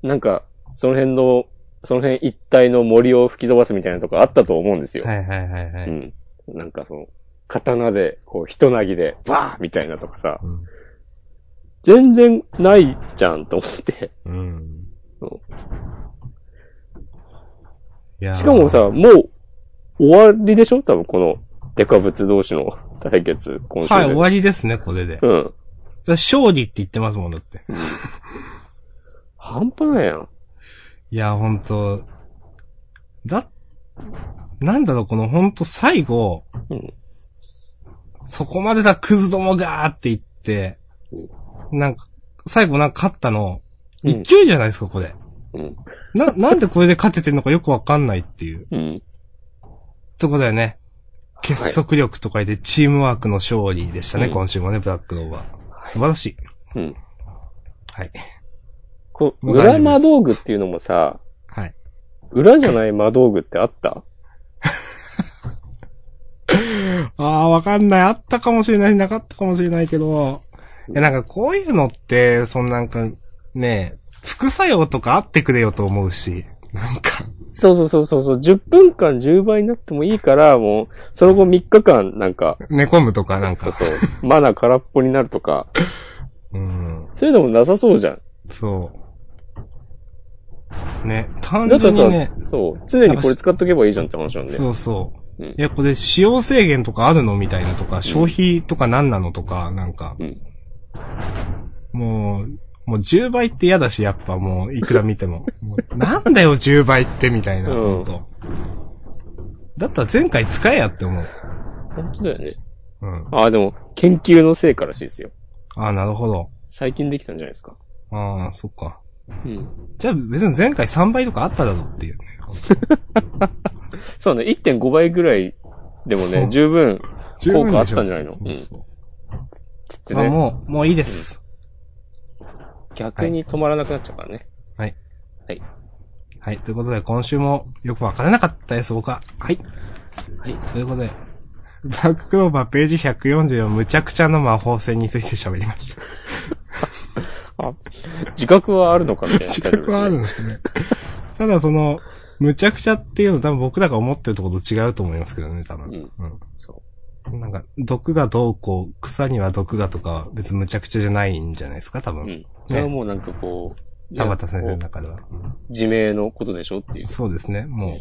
B: なんか、その辺の、その辺一帯の森を吹き飛ばすみたいなとこあったと思うんですよ。
A: はいはいはいは
B: う
A: い。
B: ん。なんかその、刀で、こう、人なぎで、バーみたいなとかさ、
A: うん。
B: 全然ないじゃんと思って。
A: うん。
B: そ
A: いやー
B: しかも、さ、もう、終わりでしょ多分この、デカブツ同士の 対決、今週で。
A: はい、終わりですね、これで。
B: うん。
A: 勝利って言ってますもん、だって。
B: 半端ないやん。
A: いや、ほんと、だ、なんだろう、このほんと最後、
B: うん
A: そこまでだ、クズどもがーって言って、なんか、最後なんか勝ったの、
B: うん
A: 一級じゃないですか、これ。
B: うん。
A: な、なんでこれで勝ててんのかよくわかんないっていう。
B: うん。
A: とこだよね。結束力とか言って、チームワークの勝利でしたね、
B: うん
A: 今週もね、ブラックローバー。素晴らしい。
B: うん。
A: はい。
B: こう、
A: もう大丈夫です
B: 裏魔道具っていうのもさ、
A: はい。
B: 裏じゃない魔道具ってあった
A: ああー、わかんない。あったかもしれない、なかったかもしれないけど。いや、なんかこういうのって、そのなんか、ねえ、副作用とかあってくれよと思うし。なんか、
B: そうそうそうそうそう、10分間10倍になってもいいから、もう、その後3日間、なんか、
A: 寝込むとかなん
B: そう
A: か。
B: そう、マナー空っぽになるとか、
A: うん。
B: そういうのもなさそうじゃん。
A: そう。ね、単
B: だった
A: 純に
B: ら
A: ね
B: さ、、そう、常にこれ使っとけばいいじゃんって話なんで。
A: そうそうう。
B: ん
A: いや、これ使用制限とかあるのみたいなとか、消費とか何なのとか、なんか
B: う、ん。
A: もう、もう10倍って嫌だし、やっぱもう、いくら見て も。もうなんだよ、10倍って、みたいな、
B: うん
A: ほんと。だったら前回使えやって思う。
B: 本当だよね。
A: うん。
B: ああ、でも、研究の成果らしいですよ。
A: ああ、なるほど。
B: 最近できたんじゃないですか。
A: ああ、そっか。
B: うん。
A: じゃあ別に前回3倍とかあっただろうっていうね。
B: そうね、1.5倍ぐらいでも
A: そう
B: ね、十分効果あったんじゃないの
A: そうそう
B: つって
A: まあ
B: ね、
A: もう、もういいです。
B: 逆に止まらなくなっちゃうからね。
A: はい。
B: はい。
A: はい。ということで、今週もよくわからなかったです、僕は。はい。
B: はい。
A: ということで、ブラッククローバーページ144むちゃくちゃの魔法戦について喋りました。
B: あ、自覚はあるのかみたいな、
A: 自覚はあるん
B: ね。
A: ですね。 ただその、むちゃくちゃっていうの多分僕らが思ってるところと違うと思いますけどね、多分。
B: う
A: うん
B: そ
A: なんか、毒がどうこう、草には毒がとかは別に無茶苦茶じゃないんじゃないですか、多
B: う。う
A: 分。
B: ん。それはもうなんかこう、
A: 田畑先生の
B: こ
A: 中では。うん
B: う自明のことでしょっていう。
A: そうですね、も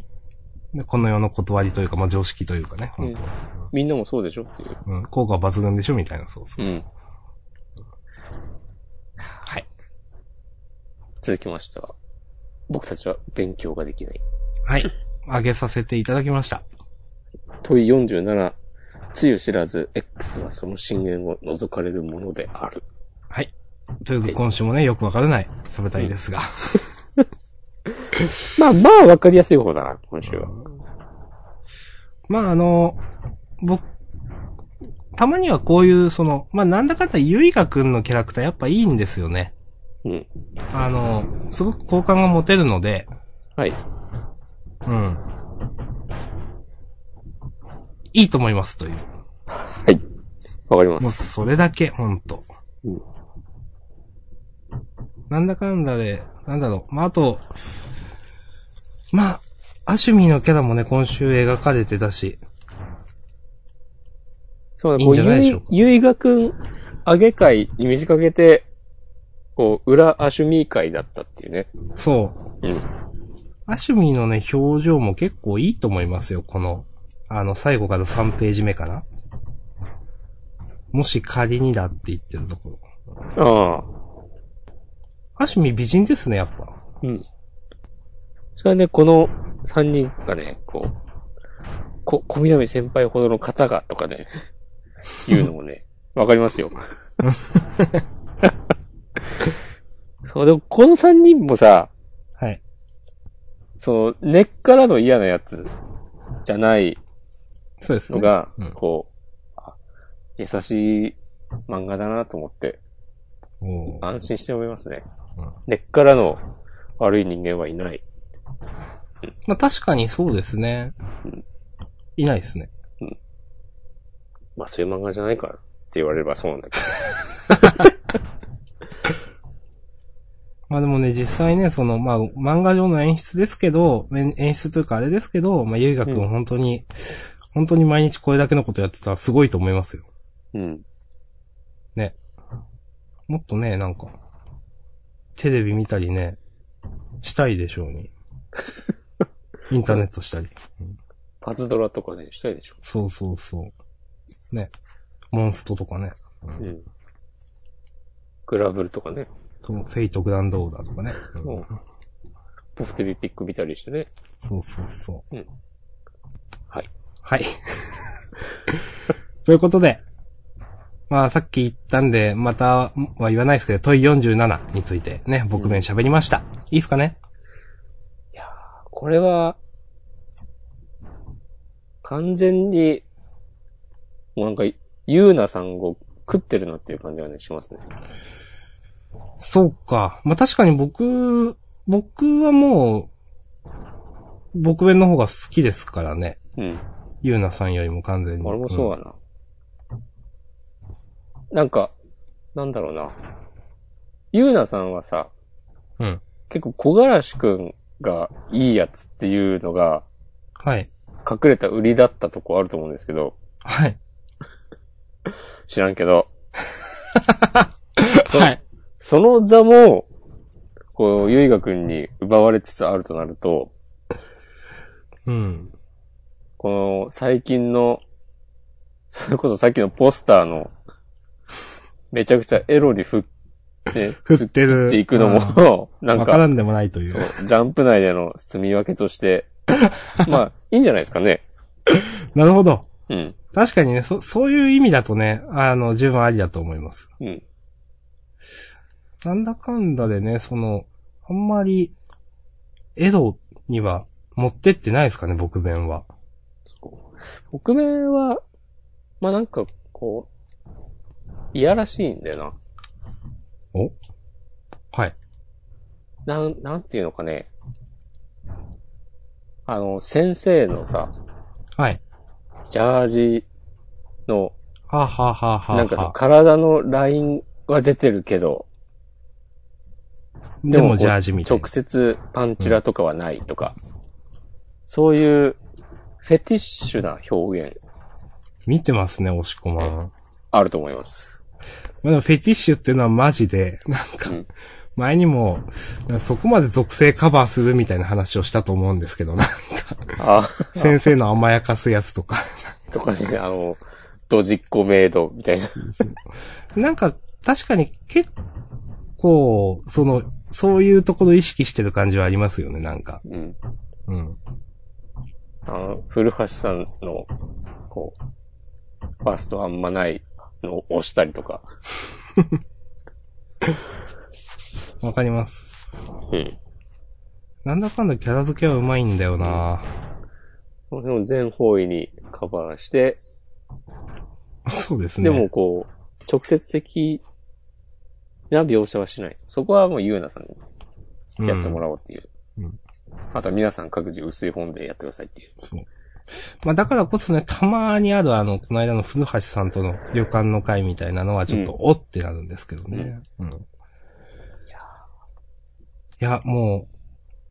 A: う。でこの世の断りというか、まあ常識というかね、本当、
B: みんなもそうでしょっていう。
A: うん効果は抜群でしょみたいな、そうそうう。
B: ん。
A: はい。
B: 続きましては、僕たちは勉強ができない。
A: はい。あげさせていただきました。
B: 問い47、つゆ知らず X はその深淵を覗かれるものである。
A: はい。ということで、今週もね、よくわからない、サブタイですが。
B: まあまあわかりやすい方だな、今週は。
A: まあ、あの、僕、たまにはこういう、その、まあ、なんだかんだ、ゆいがくんのキャラクターやっぱいいんですよね。
B: うん。
A: あの、すごく好感が持てるので、
B: はい。
A: うん。いいと思います、という。
B: はい。わかりま
A: もう
B: す。
A: それだけ、ほんと。
B: うん
A: なんだかんだで、なんだろう。まあ、あと、まあ、アシュミーのキャラもね、今週描かれてたし、
B: そう
A: い
B: だ、
A: いん
B: こう、
A: じゃないでしょう
B: ゆ
A: か
B: い、ゆいがくん、あげ会に見せかけて、こう、裏アシュミー会だったっていうね。
A: そう。
B: うん。
A: アシュミーのね、表情も結構いいと思いますよ、この、あの、最後から3ページ目かな。もし仮にだって言ってるところ。
B: ああ。
A: アシュミー美人ですね、やっぱ。
B: うん。それはね、この3人がね、こう、こ、小南先輩ほどの方がとかね、言うのも ね、わかりますよ。 そう、でもこの3人もさ、
A: はい。
B: その、根っからの嫌なやつじゃない
A: そうですね。
B: のが、
A: うん
B: こう、あ優しい漫画だなと思って、
A: おー
B: 安心して思いますね
A: うん。
B: 根っからの悪い人間はいない。
A: まあ確かにそうですね。いないですね。
B: まあそういう漫画じゃないからって言われればそうなんだ けど。
A: まあでもね、実際ね、その、まあ漫画上の演出ですけど、演演出というかあれですけど、まあゆいがく
B: うん
A: ん本当に、本当に毎日これだけのことやってたらすごいと思いますよ。
B: うん。
A: もっとね、なんか、テレビ見たりね、したいでしょう に。インターネットしたり。
B: パズドラとかね、したいでしょ。
A: そうそうそう。ね。モンストとかね。
B: うん。グラブルとかね。
A: とフェイトグランドオーダーとかね。うん
B: もう、ポフテビピック見たりしてね。
A: そうそうそう。
B: うんはい。
A: はい。 ということで、まあさっき言ったんで、または言わないですけど、問い47についてね、僕面喋りました。いいっすかね
B: これは、完全に、もうなんか、ゆうなさんを食ってるなっていう感じがね、しますね。
A: そうか。まあ確かに僕、僕はもう、僕弁の方が好きですからね。
B: うん。
A: ゆうなさんよりも完全に。
B: 俺もそうだな。なんか、なんだろうな。ゆうなさんはさ、
A: うん。うん。
B: 結構小柄しくんがいいやつっていうのが、
A: はい。
B: 隠れた売りだったとこあると思うんですけど、
A: はい。
B: 知らんけど、
A: はい。
B: その座も、こう、ゆいがくんに奪われつつあるとなると、
A: うん。
B: この最近の、それこそさっきのポスターの、めちゃくちゃエロに振って、
A: 振ってる。
B: っていくの
A: あ
B: も、 な
A: ー。
B: ん
A: わか
B: か、
A: らんでもないとい。
B: そうう、ジャンプ内での積み分け として、まあ、いいんじゃないですかね。
A: なるほど。
B: うん。
A: 確かにね、そ、そういう意味だとね、あの、十分ありだと思います。
B: うん。
A: なんだかんだでね、その、あんまり、エドには持ってってないですかね、僕弁は。
B: 北米は、まあ、なんか、こう、いやらしいんだよ
A: おはい。
B: な。なん、なんていうのかね。あの、先生のさ、
A: はい。
B: ジャージの、
A: はあ、はあはあはあ、
B: なんかその体のラインは出てるけど、
A: で
B: こ
A: も
B: う
A: ジャージみたいな
B: 直。接パンチラとかはないとか、そういうフェティッシュな表現
A: 見てますね、押し込まん。
B: あると思います。
A: まあ、でもフェティッシュっていうのはマジで、 なんか
B: うん、
A: 前にも、なんかそこまで属性カバーするみたいな話をしたと思うんですけど、 なんか
B: あ、
A: 先生の甘やかすやつとか。
B: とかね、あの、ドジッコメイドみたいな。
A: なんか、確かに結構、その、そういうところ意識してる感じはありますよね、なんか。
B: うん。
A: うん。
B: あの、古橋さんの、こう、ファーストあんまないのを押したりとか。
A: わかります。
B: うん。
A: なんだかんだキャラ付けはうまいんだよな、
B: その辺を全方位にカバーして、
A: そうですね。
B: でも、こう、直接的な描写はしない。そこはもうゆうなさんにやってもらおうっていう。
A: うんうん
B: あとは皆さん各自薄い本でやってくださいっていう。
A: そう。まあだからこそね、たまにあるあの、この間の古橋さんとの旅館の会みたいなのはちょっと、おってなるんですけどね。うん。いや、もう、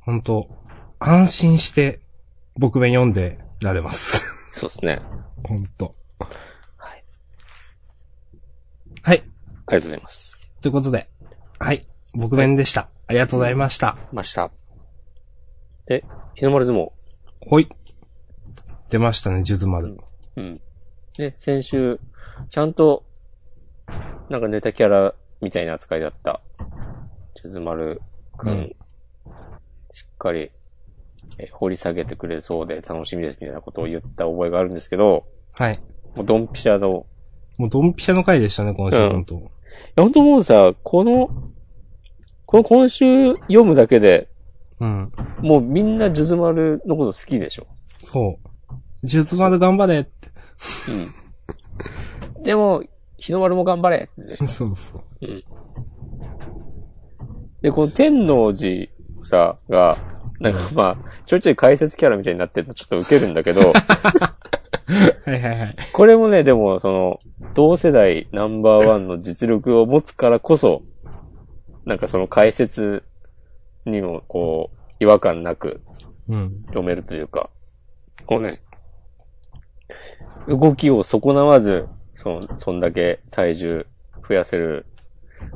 A: ほんと、安心して、僕弁読んでられ ます。
B: そうですね。
A: ほんと。
B: はい。
A: はい。
B: ありがとうございます。
A: ということで、はい。僕弁でした。ありがとうございました。
B: ました。で、日の丸相撲。
A: ほい。出ましたね、ジュズマル。
B: うん。で、先週、ちゃんと、なんかネタキャラみたいな扱いだった、ちゅずまるくん、
A: うん
B: しっかり、え掘り下げてくれそうで楽しみですみたいなことを言った覚えがあるんですけど、
A: はい。
B: もうドンピシャの、
A: もうドンピシャの回でしたね、この
B: う
A: 人、
B: ん
A: ほんと。
B: いや、本当もうさ、この、この今週読むだけで、
A: うん。
B: もうみんなジュズマルのこと好きでしょ。
A: そう。術丸頑張れって。
B: うん。でも、日の丸も頑張れってね。
A: そうそう。
B: で、この天王寺さ、が、なんかまあ、ちょいちょい解説キャラみたいになってるのちょっとウケるんだけど、
A: はいはいはい。
B: これもね、でもその、同世代ナンバーワンの実力を持つからこそ、なんかその解説にもこう、違和感なく
A: うん。
B: 読めるというか、こうね、動きを損なわず、その、そんだけ体重増やせる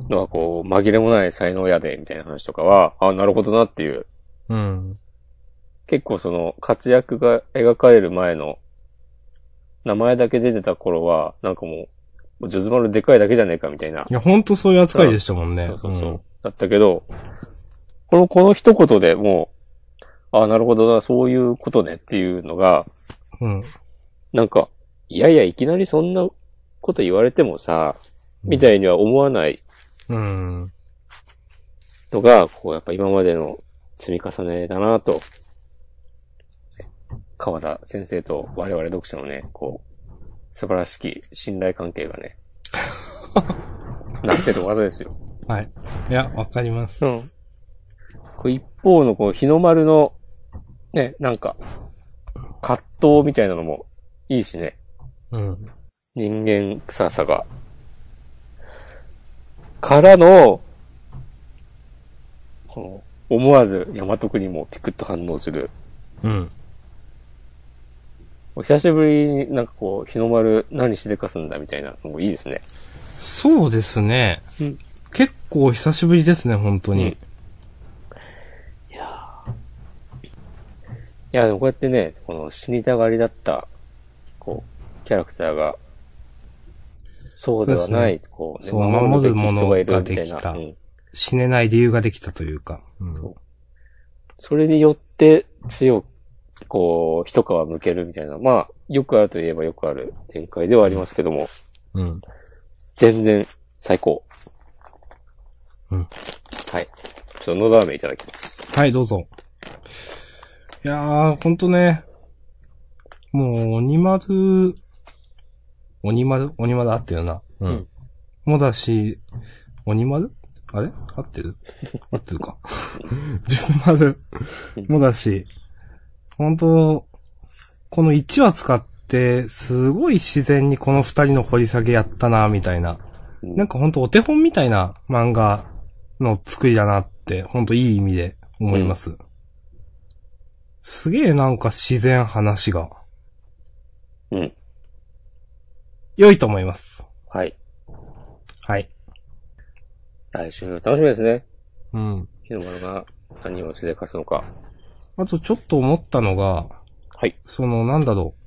B: のはこう、紛れもない才能やで、みたいな話とかは、あ、なるほどなっていう、
A: うん。
B: 結構その活躍が描かれる前の名前だけ出てた頃は、なんかもう、もうジョズマルでかいだけじゃねえかみたいな。
A: いや、ほんとそういう扱いでしたもんね。
B: そうそうそう。だったけど、この、この一言でもう、ああ、なるほどな、そういうことねっていうのが、
A: うん。うん。
B: なんか、いやいや、いきなりそんなこと言われてもさ、みたいには思わない
A: うん。
B: のが、こう、やっぱ今までの積み重ねだなと、川田先生と我々読者のね、こう、素晴らしき信頼関係がね、なせる技ですよ。
A: はい。いや、わかります。
B: ん。こう一方のこう、日の丸の、ね、なんか、葛藤みたいなのもいいしね、
A: うん。
B: 人間臭さが。からの、この、思わず大和国もピクッと反応する。
A: うん。
B: 久しぶりになんかこう、日の丸何しでかすんだみたいなのもいいですね。
A: そうですね。
B: うん
A: 結構久しぶりですね、本当
B: うん
A: に。
B: いや、でもこうやってね、この死にたがりだった、こう、キャラクターが、そうではない、こう、ね、
A: そう
B: 守るべ
A: 守
B: き
A: る
B: 人がい
A: もの
B: るみたいな
A: ができた
B: うん
A: 死ねない理由ができたというか。うん
B: そうそれによって強く、こう、一皮むけるみたいな、まあ、よくあるといえばよくある展開ではありますけども、
A: うん。
B: 全然最高。
A: うん
B: はい。ちょっちょっとのだ飴いただきます。
A: はい、どうぞ。いやー、ほんとね。もう、鬼丸、鬼丸鬼丸合ってるな。う
B: うん
A: ん。もだし、鬼丸あれ合ってる合ってるか。 十丸もだし、ほんと、この1話使って、すごい自然にこの二人の掘り下げやったな、みたいな。なんかほんとお手本みたいな漫画の作りだなって、ほんといい意味で思います。すげえなんか自然話が
B: うん。
A: 良いと思います。
B: はい。
A: はい。
B: 来週楽しみですね。
A: うん。
B: 日の丸が何をしでかすのか。
A: あとちょっと思ったのが、
B: はい。
A: そのなんだろう。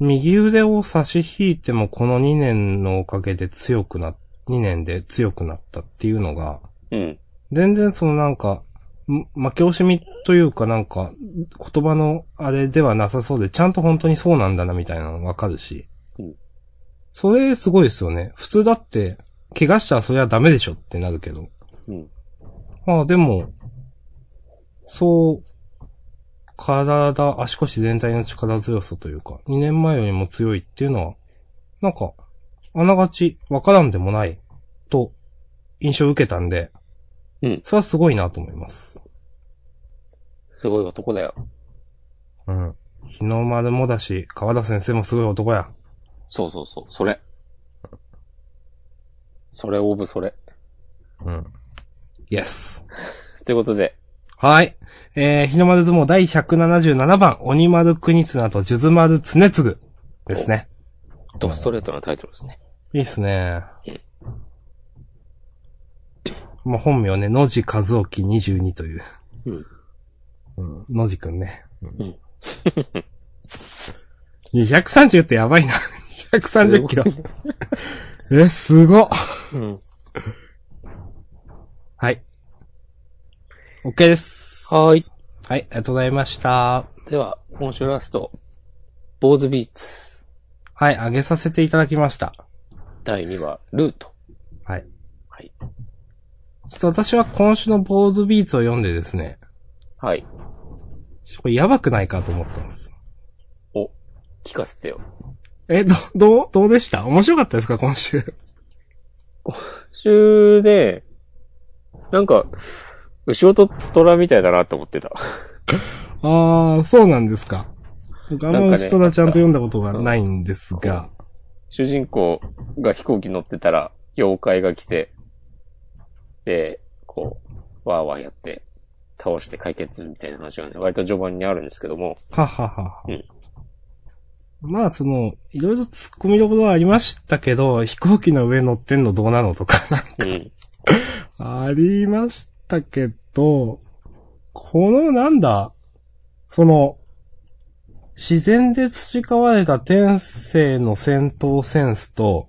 A: 右腕を差し引いてもこの2年のおかげで強くな、2年で強くなったっていうのが、
B: うん。
A: 全然そのなんか、ん負け惜しみというかなんか、言葉のあれではなさそうで、ちゃんと本当にそうなんだなみたいなのわかるし
B: うん。
A: それすごいですよね。普通だって、怪我したらそれはダメでしょってなるけど。
B: うん。
A: まあでも、そう、体、足腰全体の力強さというか、2年前よりも強いっていうのは、なんか、あながちわからんでもない、と、印象を受けたんで、
B: うん
A: それはすごいなと思います。
B: すごい男だよ。
A: うん。日の丸もだし、川田先生もすごい男や。
B: そうそうそう。それ。それオブそれ。
A: うん。イエス。
B: ということで、
A: はい。えー、日の丸相撲第177番、鬼丸国綱と数珠丸常次ですね。
B: ドストレートなタイトルですね。
A: いいっすね。まあ、本名ね、野地和興22という。
B: うん。。
A: うん。野地くんね。うん230ってやばいな。230キロ。 え、すごっ。
B: うん。
A: はい。OK です。
B: はーい。
A: はい、ありがとうございました。
B: では、今週ラスト、坊主ビーツ、
A: はい、あげさせていただきました。
B: 第2話、ルート。
A: はい。
B: はい。
A: ちょっと私は今週の坊主ビーツを読んでですね、
B: はい。
A: ちょこれやばくないかと思ったんです。
B: お、聞かせてよ。
A: え、ど、 どう、どうでした面白かったですか今週。
B: 週で、なんか、後ろと虎みたいだなと思ってた。
A: ああ、そうなんですか。僕あん
B: なん
A: ま
B: かね
A: 人とはちゃんと読んだことがないんですが。
B: 主人公が飛行機乗ってたら、妖怪が来て、で、こう、わーわーやって、倒して解決みたいな話がね、割と序盤にあるんですけども、
A: はははは
B: うん
A: まあ、その、いろいろ突っ込みどころはありましたけど、飛行機の上乗ってんのどうなのとか、
B: うん。
A: ありましたけど、このなんだ、その、自然で培われた天性の戦闘センスと、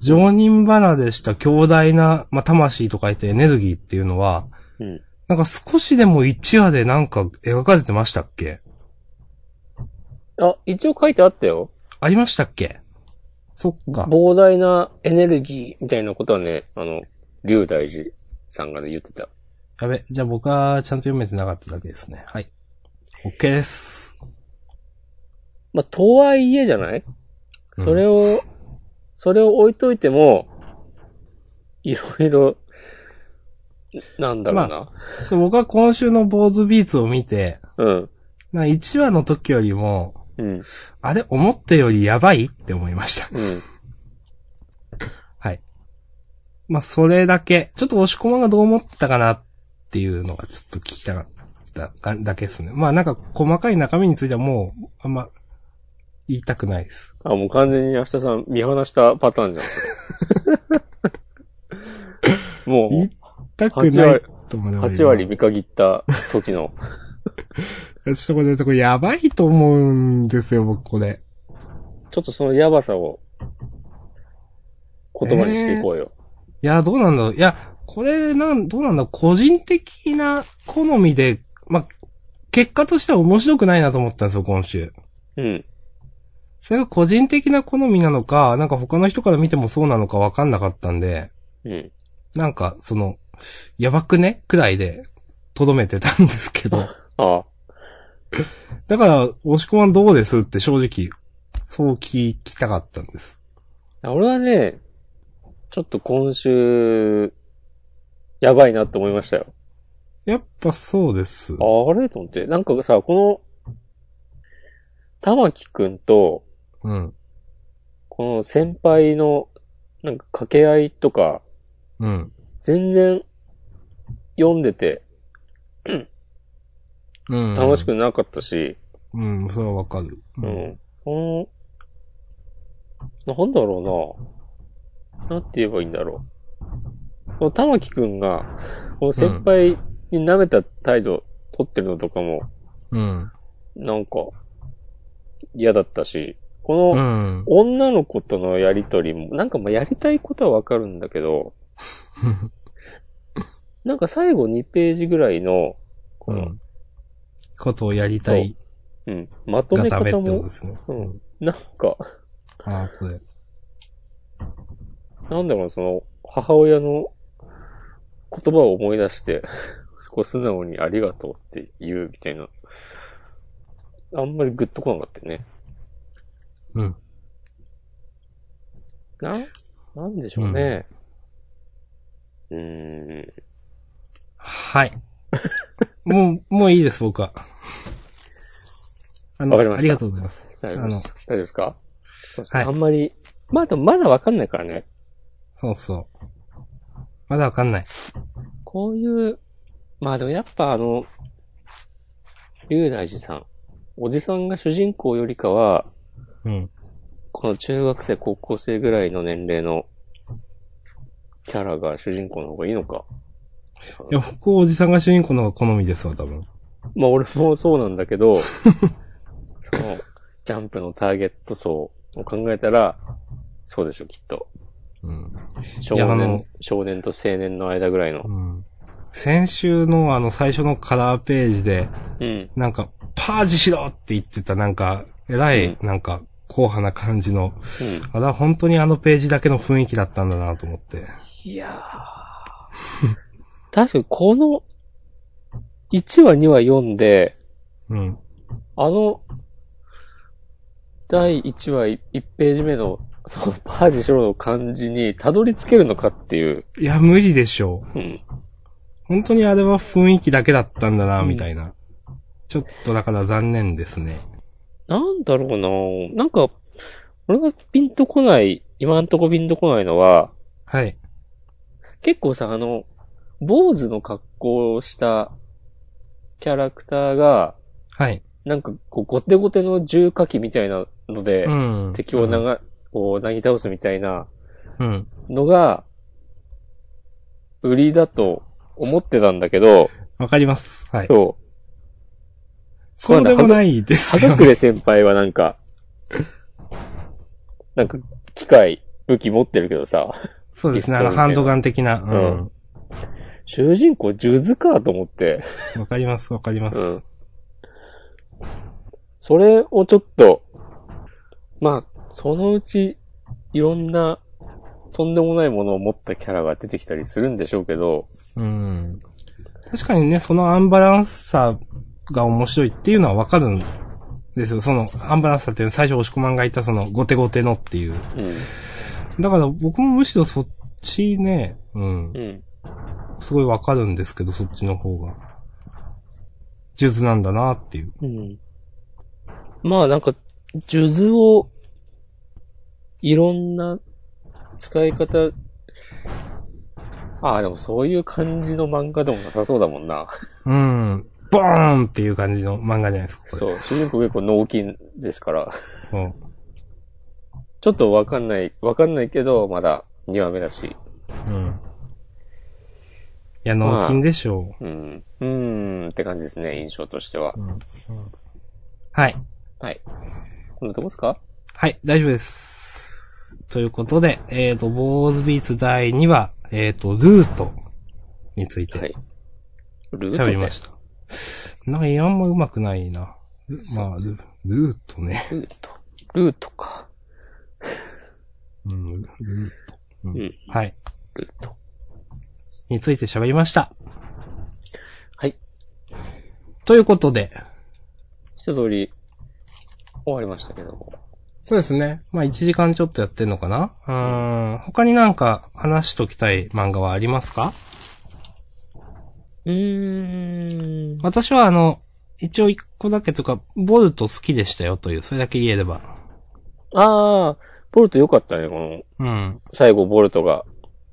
A: 常人離れした強大な、まあ、魂と書いてエネルギーっていうのは、
B: うん。
A: なんか少しでも一話でなんか描かれてましたっけ
B: あ、一応書いてあったよ。
A: ありましたっけそっか。
B: 膨大なエネルギーみたいなことはね、あの、龍大寺さんがね、言ってた。
A: やべ。じゃあ僕はちゃんと読めてなかっただけですね。はい。OK です。
B: まあ、とはいえじゃない
A: うん
B: それを、それを置いといても、いろいろ、なんだろうな。
A: そう、僕は今週の坊主ビーツを見て、
B: うん。
A: な1話の時よりも、
B: うん。
A: あれ、思ったよりやばいって思いました。
B: うん。
A: はい。まあ、それだけ。ちょっと押し込まんがどう思ったかなっていうのがちょっと聞きたかったがだけですね。まあ、なんか細かい中身についてはもう、あんま、言いたくないです。
B: あ、もう完全に明日さん見放したパターンじゃんそ れ。
A: 言
B: も
A: いたくないと思う
B: う、
A: ね。
B: 8割見限った時の。
A: ちょっとこれ、これやばいと思うんですよ、僕これ。
B: ちょっとそのやばさを、言葉にしていこうよ。
A: いや、どうなんだろう。いや、これ、なん、どうなんだろう。個人的な好みで、まあ、結果としては面白くないなと思ったんですよ、今週。
B: うん。
A: それが個人的な好みなのか、なんか他の人から見てもそうなのかわかんなかったんで、
B: うん。
A: なんか、その、やばくねくらいで、とどめてたんですけ ど。
B: ああ。
A: だから、押し込まんどうですって正直、そう聞きたかったんです。
B: 俺はね、ちょっと今週、やばいなって思いましたよ。
A: やっぱそうです。
B: あれと思って。なんかさ、この、玉木くんと、
A: うん。
B: この先輩の、なんか掛け合いとか、
A: うん。
B: 全然、読んでて
A: うん。
B: 楽しくなかったし、
A: うん、それはわかる。う。
B: うんん。この、なんだろうな。なんて言えばいいんだろう。この玉木くんが、この先輩に舐めた態度取ってるのとかも、
A: うん。
B: なんか、嫌だったし、こ
A: う
B: の、
A: ん。
B: 女の子とのやりとりも、なんかまあやりたいことはわかるんだけど、なんか最後2ページぐらいの、
A: う
B: この、
A: ん。ことをやりたい
B: うん、まと
A: が
B: め
A: ダメって
B: 方
A: こと
B: も
A: で、すね。
B: うん、なんか、
A: ああ、これ。
B: なんだろうな、その、母親の言葉を思い出して、 そこ素直にありがとうって言うみたいな。あんまりグッとこなかったよね。
A: うん。
B: な、なんでしょうね。うーん。
A: はい。もう、もういいです、僕は。あの
B: わかりました
A: ありがとうございます。
B: 大丈
A: あ
B: 夫
A: の
B: です大丈夫ですかそうですね
A: はい
B: あんまり、まあでもまだわかんないからね。
A: そうそう。まだわかんない。
B: こういう、まあでもやっぱあの、龍大寺さん、おじさんが主人公よりかは、
A: うん。
B: この中学生、高校生ぐらいの年齢のキャラが主人公の方がいいのか。
A: いや、僕、おじさんが主人公の方が好みですわ、多分。
B: まあ俺もそうなんだ けど、その、ジャンプのターゲット層を考えたら、そうでしょ、きっと。
A: うん。
B: 少
A: いやあ
B: 年
A: の、
B: 少年と青年の間ぐらいの。
A: うん。先週のあの、最初のカラーページで、
B: うん。
A: なんか、パージしろって言ってた、なんか、えらい、なんか、硬派な感じの、あれは本当にあのページだけの雰囲気だったんだなと思って。
B: いやー。 確かにこの、1話2話読んで、
A: うん。
B: あの、第1話1ページ目の、そのパージしろの感じにたどり着けるのかっていう。
A: いや、無理でしょう。
B: うん。
A: 本当にあれは雰囲気だけだったんだな、
B: うん
A: みたいな。ちょっとだから残念ですね。
B: なんだろうななんか、俺がピンとこない、今んとこピンとこないのは、
A: はい。
B: 結構さ、あの、坊主の格好をしたキャラクターが、
A: はい。
B: なんかこう、ゴテゴテの重火器みたいなので、
A: うん。
B: 敵をなが、こう、なぎ倒すみたいな
A: うん。
B: のが、売りだと思ってたんだけど、
A: わかります。はい。
B: そう、
A: そうでもないです
B: は
A: よ
B: が。くれ先輩はなんか、なんか、機械、武器持ってるけどさ、
A: そうですね。あの、ハンドガン的な。うん。
B: 主人公、数珠かと思って、
A: わかります、わかります。
B: うん。それをちょっと、まあ、そのうち、いろんな、とんでもないものを持ったキャラが出てきたりするんでしょうけど、
A: うん。確かにね、そのアンバランスさが面白いっていうのはわかるんですよ。そのアンバランスさっていうのは最初押し込まんが言ったそのゴテゴテのっていう。
B: う
A: だから僕もむしろそっちね、うん
B: ん。。うん。
A: すごいわかるんですけど、そっちの方が。数珠なんだなっていう。
B: うん。まあなんか、数珠を、いろんな使い方、ああ、でもそういう感じの漫画でもなさそうだもんな。
A: うん。ボーンっていう感じの漫画じゃないですか、これ。
B: そう、主人公結構脳筋ですから、
A: そう。
B: ちょっとわかんない、わかんないけど、まだ2話目だし。
A: うん。いや、脳筋でしょ
B: うん。うーん、って感じですね、印象としては
A: う。。うん。はい。
B: はい。こんなとこですか
A: はい、大丈夫です。ということで、えっ、と、ボーズビーツ第2話、えっ、と、ルートについ
B: は
A: て
B: い。ルート
A: 喋
B: で
A: りました。なんか、いやあんま上手くないな。ルまあ、ルルートね。
B: ルート。ルートか。
A: うん、ルート、うん
B: うん
A: はい。
B: ルート。
A: について喋りました。
B: はい。
A: ということで、
B: 一通り終わりましたけども。
A: そうですね。まあ1時間ちょっとやってんのかなうーん。他になんか話しときたい漫画はありますか
B: うーん。
A: 私はあの、一応一個だけとか、ボルト好きでしたよという、それだけ言えれば。
B: ああ、ボルト良かったね、この、
A: うん。
B: 最後ボルトが。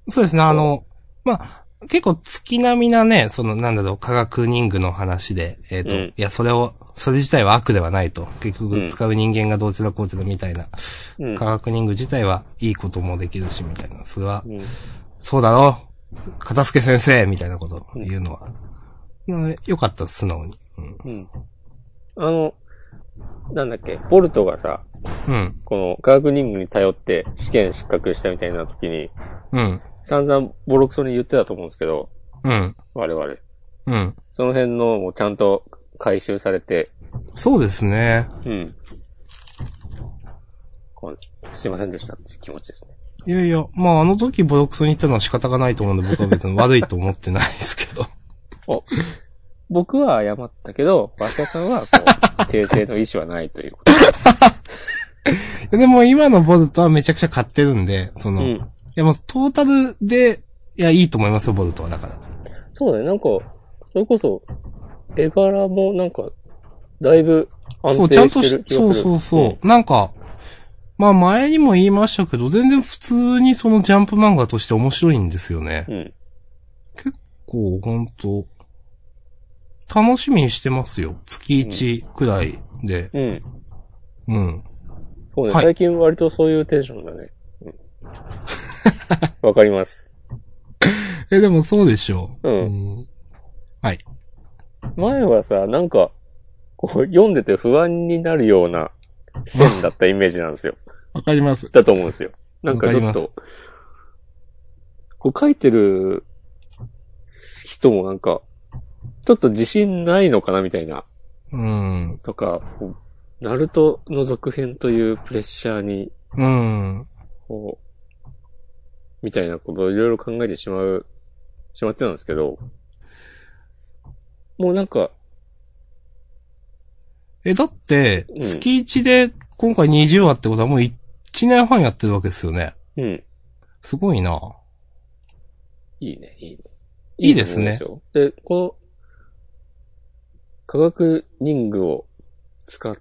A: そうですね、あの、まあ、結構月並みなね、その、なんだろう、科学人具の話で、えっ、と、
B: うん
A: いや、それを、それ自体は悪ではないと。結
B: うん
A: 局、使う人間がどうちらこうちらみたいな。
B: うん。
A: 科学人具自体はいいこともできるし、みたいな。それは
B: う、ん
A: そうだろ片付先生みたいなことを言うのは。うんよかった、素直に。うん。
B: うん。あの、なんだっけ、ボルトがさ、
A: うん。
B: この科学任務に頼って試験失格したみたいな時に、
A: うん。
B: 散々ボロクソに言ってたと思うんですけど、
A: うん。
B: 我々。
A: うん。
B: その辺のもうちゃんと回収されて、
A: そうですね。
B: うん。こうすいませんでしたっていう気持ちですね。
A: いやいや、まああの時ボロクソに言ったのは仕方がないと思うんで僕は別に悪いと思ってないですけ ど。
B: 僕は謝ったけど、バスケさんは、こう、訂正の意思はないということ。
A: でも今のボルトはめちゃくちゃ買ってるんで、その、
B: う
A: い
B: ん。
A: やもうトータルで、いや、いいと思いますよ、ボルトは。だから。
B: そうだね、なんか、それこそ、絵柄もなんか、だいぶ安
A: そう、
B: 定
A: ちゃん
B: し
A: と
B: て
A: し
B: る、気がする。
A: そうそうそう。なんか、まあ前にも言いましたけど、全然普通にそのジャンプ漫画として面白いんですよね。
B: うん。うん。
A: こう、ほんと、楽しみにしてますよ。月1くらいで。
B: うん。
A: うん。
B: そうね、
A: はい
B: 最近割とそういうテンションだね。うんわ、かります。
A: え、でもそうでしょ
B: う
A: う。
B: ん。
A: ん
B: 前はさ、なんか、こう、読んでて不安になるような線だったイメージなんですよ。
A: わかります。
B: だと思うんですよ。なんかちょっ
A: わかり
B: と、こう書いてる人もなんか、ちょっと自信ないのかなみたいな、
A: うん。
B: とか、こうナルトの続編というプレッシャーに、
A: うん。
B: こう、みたいなことをいろいろ考えてしまう、しまってたんですけど、もうなんか、
A: え、だって、
B: うん
A: 月1で今回20話ってことはもう1年半やってるわけですよね。
B: うん、
A: すごいな。
B: いいね、いいね。
A: いいですね
B: と思いますよ。で、この、科学人具を使っ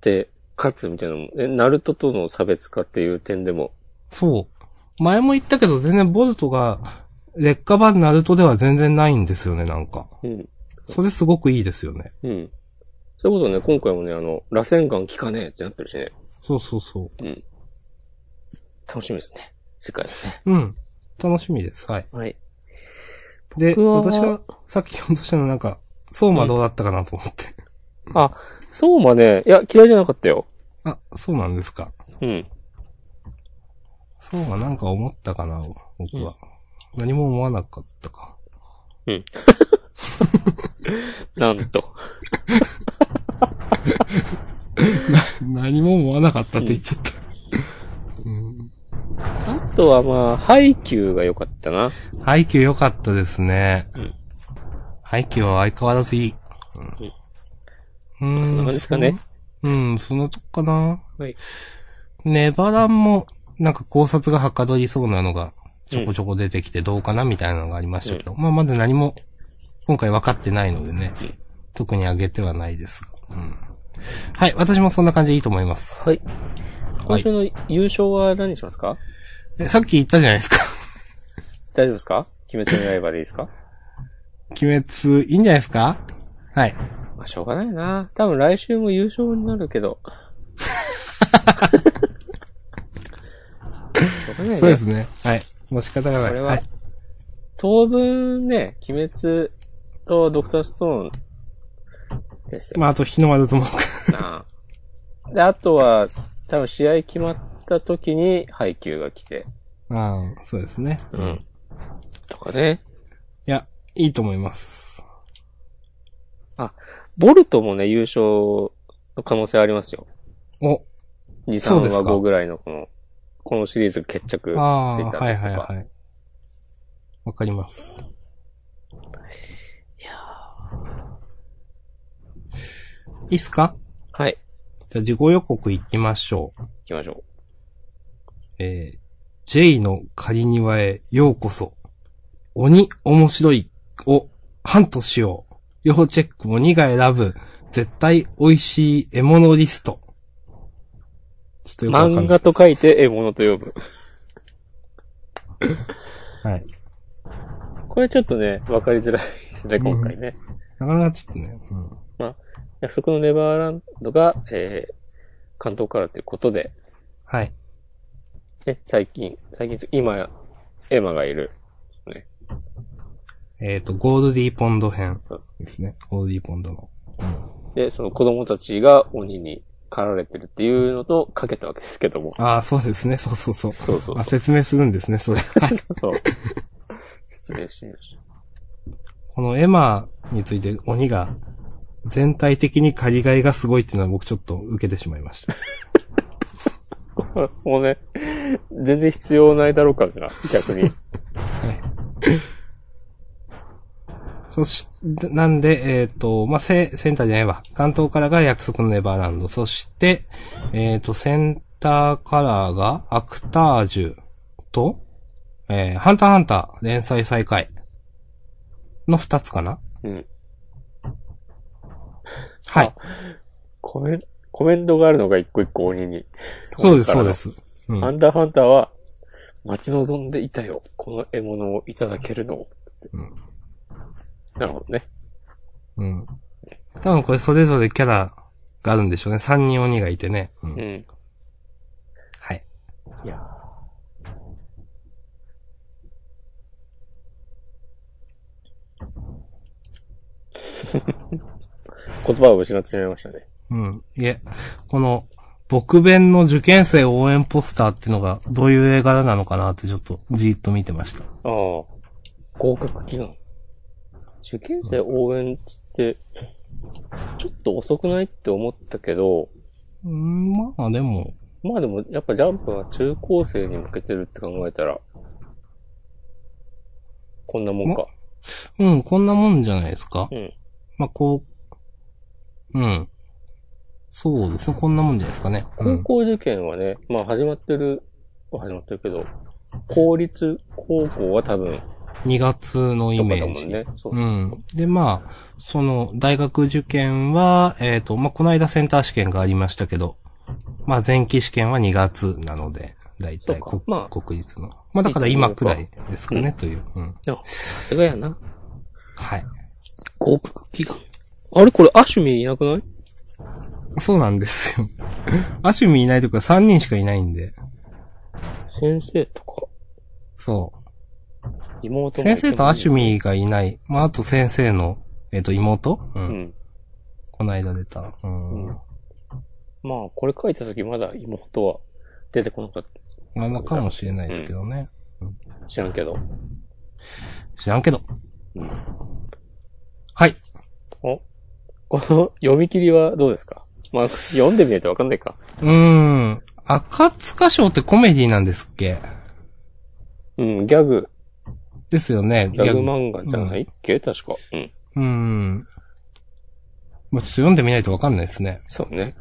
B: て、勝つみたいなのも、え、ナルトとの差別化っていう点でも、
A: そう。前も言ったけど、全然ボルトが、劣化版ナルトでは全然ないんですよね、なんか。
B: うん、
A: それすごくいいですよね。
B: うん。それこそね、今回もね、あの、螺旋丸効かねえってなってるしね、
A: そうそうそ
B: 楽しみですね。世界。
A: う。うん。楽しみです。はい。
B: はい。
A: で、
B: 僕は
A: 私はさっき読んとしたのなんか、相馬どうだったかなと思って。
B: あ、そうまね、いや、嫌いじゃなかったよ。
A: あ、そうなんですか。
B: うん。
A: 相馬なんか思ったかな、僕は。何も思わなかったか。
B: なん と。
A: 何も思わなかったって言っちゃった。うん。
B: あとはまあ、配給が良かったな。
A: ハイキュー良かったですね。
B: うん
A: ハイキューは相変わらずいい。うん。
B: そんな感じですかね
A: そん。うん、そのとこかな。
B: はい。
A: ネバランも、なんか考察がはかどりそうなのが、ちょこちょこ出てきてどうかなみたいなのがありましたけど、まあまだ何も、今回分かってないのでね、特にあげてはないですが。うん。はい、私もそんな感じでいいと思います。
B: はい。
A: は
B: 今
A: い
B: 週の優勝は何にしますか、
A: えさっき言ったじゃないですか。
B: 大丈夫ですか鬼滅の刃でいいですか
A: 鬼滅、いいんじゃないですかはい。
B: まあ、しょうがないな。多分来週も優勝になるけ ど。しょうがないね。
A: そうですね。はい。もう仕方がない。
B: これ
A: は、
B: はい当分ね、鬼滅とドクターストーンですよ。
A: まあ、あと、日の丸とも。
B: なあ。で、あとは、多分試合決まった時に配給が来て。
A: ああ、そうですね。い
B: ん。とかね。
A: や、いいと思います。
B: ボルトもね、優勝の可能性ありますよ。
A: お、
B: 2、
A: そうです
B: 3
A: か
B: 話後ぐらいのこの、このシリーズ決着つい
A: ああ、
B: たん
A: はい
B: です
A: は
B: と
A: い
B: か
A: は。い。わかります。
B: いや
A: いいっすか
B: はい。
A: じゃあ、自己予告行きましょう。
B: 行きましょ
A: えー、J の仮庭へようこそ。鬼面白いをハントしよう。要チェックも2が選ぶ。絶対美味しい獲物リスト。ちょっとよ
B: う。
A: くわかんない
B: 漫画と書いて獲物と呼ぶ。
A: はい。
B: これちょっとね、わかりづらいですね、今回ね。
A: なかなかちょっとね。うん。
B: 約束のネバーランドが、えー、関東からということで、
A: はい。
B: ね、最近、最近、今、エマがいる。
A: えっ、と、ゴールディーポンド編
B: そうそ
A: ですね。ゴールディーポンドの。
B: うで、その子供たちが鬼に狩られてるっていうのとかけたわけですけども。
A: ああ、そうですね。そうそうそう。
B: そうそう
A: あ
B: そう。
A: 説明するんですね、それ。はい。
B: そう。説明してみまし
A: このエマについて鬼が全体的に借りがいがすごいっていうのは僕ちょっと受けてしまいました。
B: た。もうね、全然必要ないだろうかが、逆に。
A: はい。そし、なんで、えっ、と、まあ、セ、センターじゃないわ。関東からが約束のネバーランド。そして、えっ、と、センターからがアクタージュと、えーハンターハンター連載再開の二つかな
B: うん。
A: はい。
B: コメント、コメントがあるのが一個一個鬼に。
A: そうです、そうで。す。うん
B: ハンターハンターは、待ち望んでいたよ。この獲物をいただけるのを。つって。
A: うん
B: なるほどね。
A: うん。多分これそれぞれキャラがあるんでしょうね。三人鬼がいてね。う。
B: うんん。
A: はい。
B: いやー言葉を失ってしまいましたね。
A: うん。いえ、この、僕弁の受験生応援ポスターっていうのがどういう絵柄なのかなってちょっとじーっと見てました。
B: ああ。合格祈願。受験生応援っつって、ちょっと遅くないって思ったけど、
A: うん、まあでも、
B: まあでも、やっぱジャンプは中高生に向けてるって考えたら、こんなもんか。
A: うん、こんなもんじゃないですか。
B: うん。
A: まあこう、うん。そうですね、こんなもんじゃないですかね。う
B: 高
A: ん。
B: 校受験はね、まあ始まってる、は始まってるけど、公立高校は多分、
A: 2月のイ
B: とか
A: メ
B: だ
A: ー
B: もん
A: ジ。
B: ね。そうう。
A: ん。で、まあ、その、大学受験は、えっ、と、まあ、この間センター試験がありましたけど、まあ、前期試験は2月なので、大体、
B: そうか
A: こ
B: まあ
A: 国立の。まあ、だから今くらいですか
B: う
A: ね、という。うん。
B: いやさすがやな。
A: はい。
B: 合格祈願。あれこれ、アシュミいなくない
A: そうなんですよ。 アシュミいないとか3人しかいないんで、
B: 先生とか、
A: そ
B: 妹
A: う。
B: もいてもいい
A: 先生とアシュ。ミがいない。まあ、あと先生の、えっ、と、妹う。
B: うんん。
A: この間出た。うん。
B: うんまあ、これ書いた時まだ妹は出てこなかっ
A: まあまあ、かもしれないですけどね。
B: た。知らんけど。
A: 知らんけど。
B: うん。
A: はい。
B: おこの読み切りはどうですかまあ、読んでみないとわかんないか。
A: うーん。赤塚賞ってコメディなんですっけ
B: うん、ギャグ、
A: ですよね。
B: ギャグ
A: ギャ
B: 漫画じゃないっけ、確か。うん。
A: グうーん。まあ、ちょっと読んでみないとわかんないですね。
B: そうね。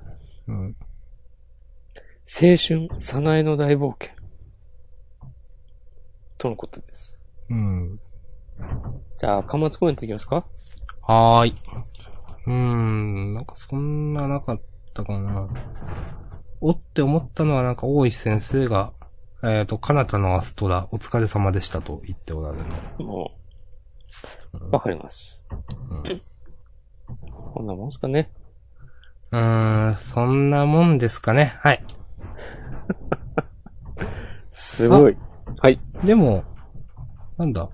A: うん。
B: 青春、さなえの大冒険。とのことです。
A: うん。
B: じゃあ、かまつ公園っていきますか
A: はーい。うーん。なんかそんななかったかな。おって思ったのはなんか大石先生が、えっ、と、かなたのアストラ、お疲れ様でしたと言っておられるの。
B: もう、わかります。
A: うん
B: こんなもんすかね。
A: うーん、そんなもんですかね。はい。
B: すごい。はい。
A: でも、なんだ、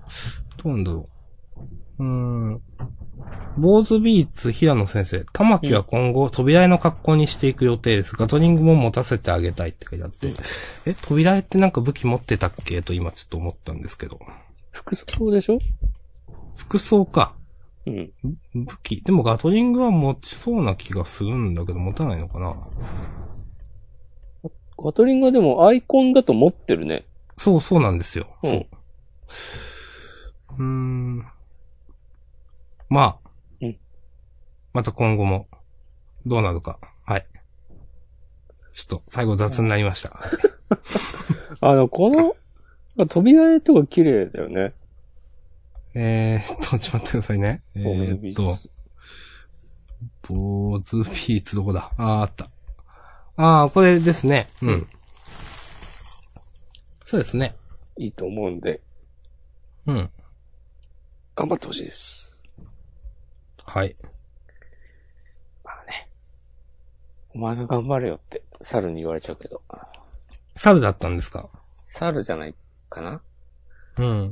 A: どうなんだろう。うーん。坊主ビーツ、平野先生。玉木は今後、扉絵の格好にしていく予定です。ガトリングも持たせてあげたいって書いてあって。え、扉絵ってなんか武器持ってたっけと今ちょっと思ったんですけど。
B: 服装でしょ
A: 服装か。
B: うん。
A: 武器。でもガトリングは持ちそうな気がするんだけど、持たないのかな
B: ガトリングはでもアイコンだと持ってるね。
A: そうそうなんですよ。
B: うん
A: そう。うーん。まあ。
B: うん
A: また今後も、どうなるか。はい。ちょっと、最後雑になりま した。
B: あの、この、あ扉絵とか綺麗だよね。
A: えーっと、ちょっと待ってくださいね。え
B: ボーズ
A: ー
B: ビ
A: っ
B: ー
A: と
B: ツ、
A: ボーズビーツどこだあー、あった。あー、これですね。うん。そうですね。
B: いいと思うんで、
A: うん。
B: 頑張ってほしいです。
A: はい。
B: まあね。お前が頑張れよって、猿に言われちゃうけど。
A: 猿だったんですか
B: 猿じゃないかな
A: うん。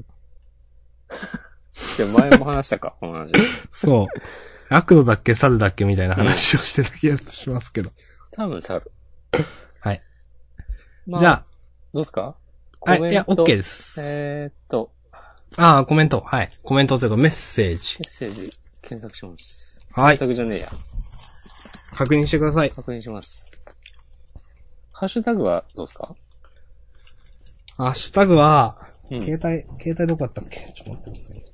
B: で、前も話したか、 この話。
A: そう。悪路だっけ猿だっけみたいな話をしてた気がしますけど。
B: 多分猿。
A: はい。
B: ま
A: じゃあ、
B: どうすか。
A: はい、いや、OK ですす。
B: えーっと、
A: ああ、コメント。はい。コメントというかメッセージ
B: メ。ッセージ検索します。
A: はい。
B: 検索じゃねえや。
A: 確認してください。
B: 確認します。ハッシュタグはどうですか
A: ハッシュタグは、
B: うん
A: 携帯、携帯どこだったっけちょっと待ってくださいね。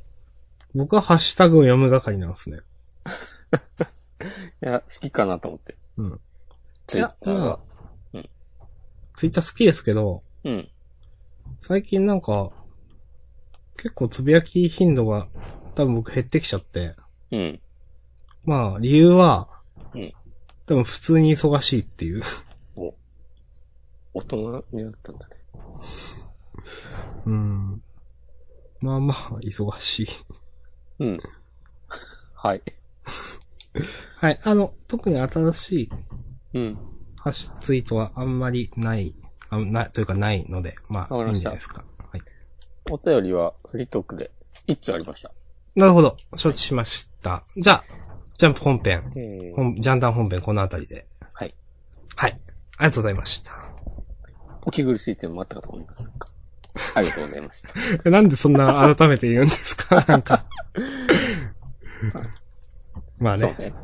A: 僕はハッシュタグを読む係なんですね。
B: いや、好きかなと思って。
A: うん。
B: ツイッターが。
A: ツイッター好きですけど、
B: うん。
A: 最近なんか、結構つぶやき頻度が多分僕減ってきちゃって、
B: うん。
A: まあ理由は、
B: うん
A: 多分普通に忙しいっていう。
B: 大人になったんだね。
A: うん。 まあまあ、忙しい。
B: うん。はい。
A: はい。あの、特に新しい
B: うん。
A: ハッシュツイートはあんまりない、あない、というかないので、まあ、
B: わ
A: い
B: かり
A: い
B: ま
A: ん
B: し
A: じ
B: た
A: ゃないですか。はい。
B: お便りはフリートークで1つありました。
A: なるほど。承知しました。じゃあ、ジャンプ本編、
B: えー
A: 本ジャンダン本編このあたりで。
B: はい。
A: はい。ありがとうございました。
B: お気苦しい点もあったかと思いますが。ありがとうございました。
A: えなんでそん な改めて言うんですかなんか。まあ
B: そう
A: ね。
B: ね。